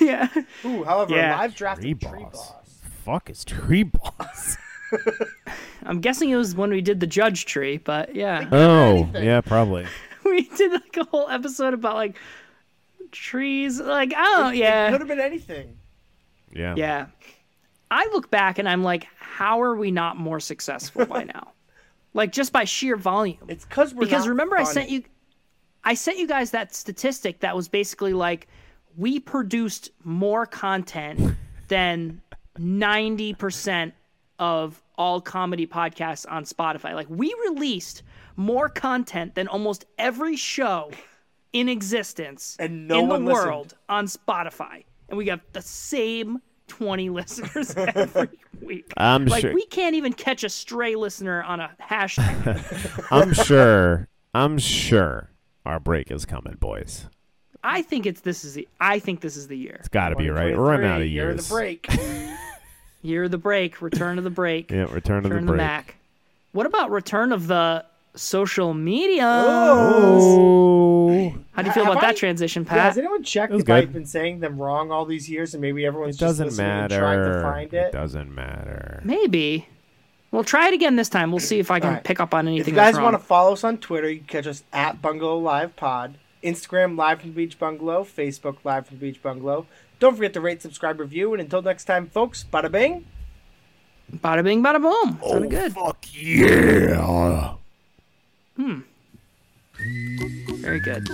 S3: Yeah.
S1: Ooh, however,
S3: Yeah.
S1: live drafted
S2: Tree
S1: tree,
S2: boss.
S1: boss.
S2: Fuck is tree boss.
S3: I'm guessing it was when we did the judge tree, but yeah.
S2: oh,
S1: Anything.
S2: yeah, probably.
S3: we did like a whole episode about like trees. Like, I don't
S1: It
S3: yeah.
S1: could have been anything.
S2: Yeah.
S3: Yeah. I look back and I'm like, how are we not more successful by now? like just by sheer volume.
S1: It's because we're
S3: because
S1: not
S3: remember I
S1: funny.
S3: sent you I sent you guys that statistic that was basically like we produced more content than 90% of all comedy podcasts on Spotify. Like we released more content than almost every show in existence
S1: And no
S3: in
S1: one
S3: the
S1: listened.
S3: world on Spotify. And we got the same 20 listeners every week.
S2: I'm
S3: like
S2: sure
S3: we can't even catch a stray listener on a hashtag.
S2: I'm sure I'm sure our break is coming, boys.
S3: I think it's this is the I think this is the year.
S2: It's gotta be right. We're running out of
S1: 2023, year
S2: years.
S1: the break.
S3: Year of the break, return of the break,
S2: Yeah, return of
S3: return
S2: the
S3: of the
S2: break.
S3: Mac. What about return of the social media?
S2: Oh
S3: How do you feel
S1: Have
S3: about that
S1: I-
S3: transition,
S1: Yeah,
S3: Pat?
S1: has anyone checked
S2: was
S1: if I've
S2: good.
S1: been saying them wrong all these years and maybe everyone's
S2: it
S1: just
S2: doesn't
S1: listening and trying to
S2: matter.
S1: find it?
S2: doesn't matter.
S3: Maybe. We'll try it again this time. We'll see if I can
S1: Alright.
S3: pick up on anything.
S1: If you guys
S3: that's
S1: want to
S3: wrong.
S1: follow us on Twitter, you can catch us at Bungalow Live Pod, Instagram Live from the Beach Bungalow, Facebook Live from the Beach Bungalow. Don't forget to rate, subscribe, review, and until next time, folks, bada bing.
S3: Bada bing, bada boom. Sounded good.
S2: Fuck yeah.
S3: Very good.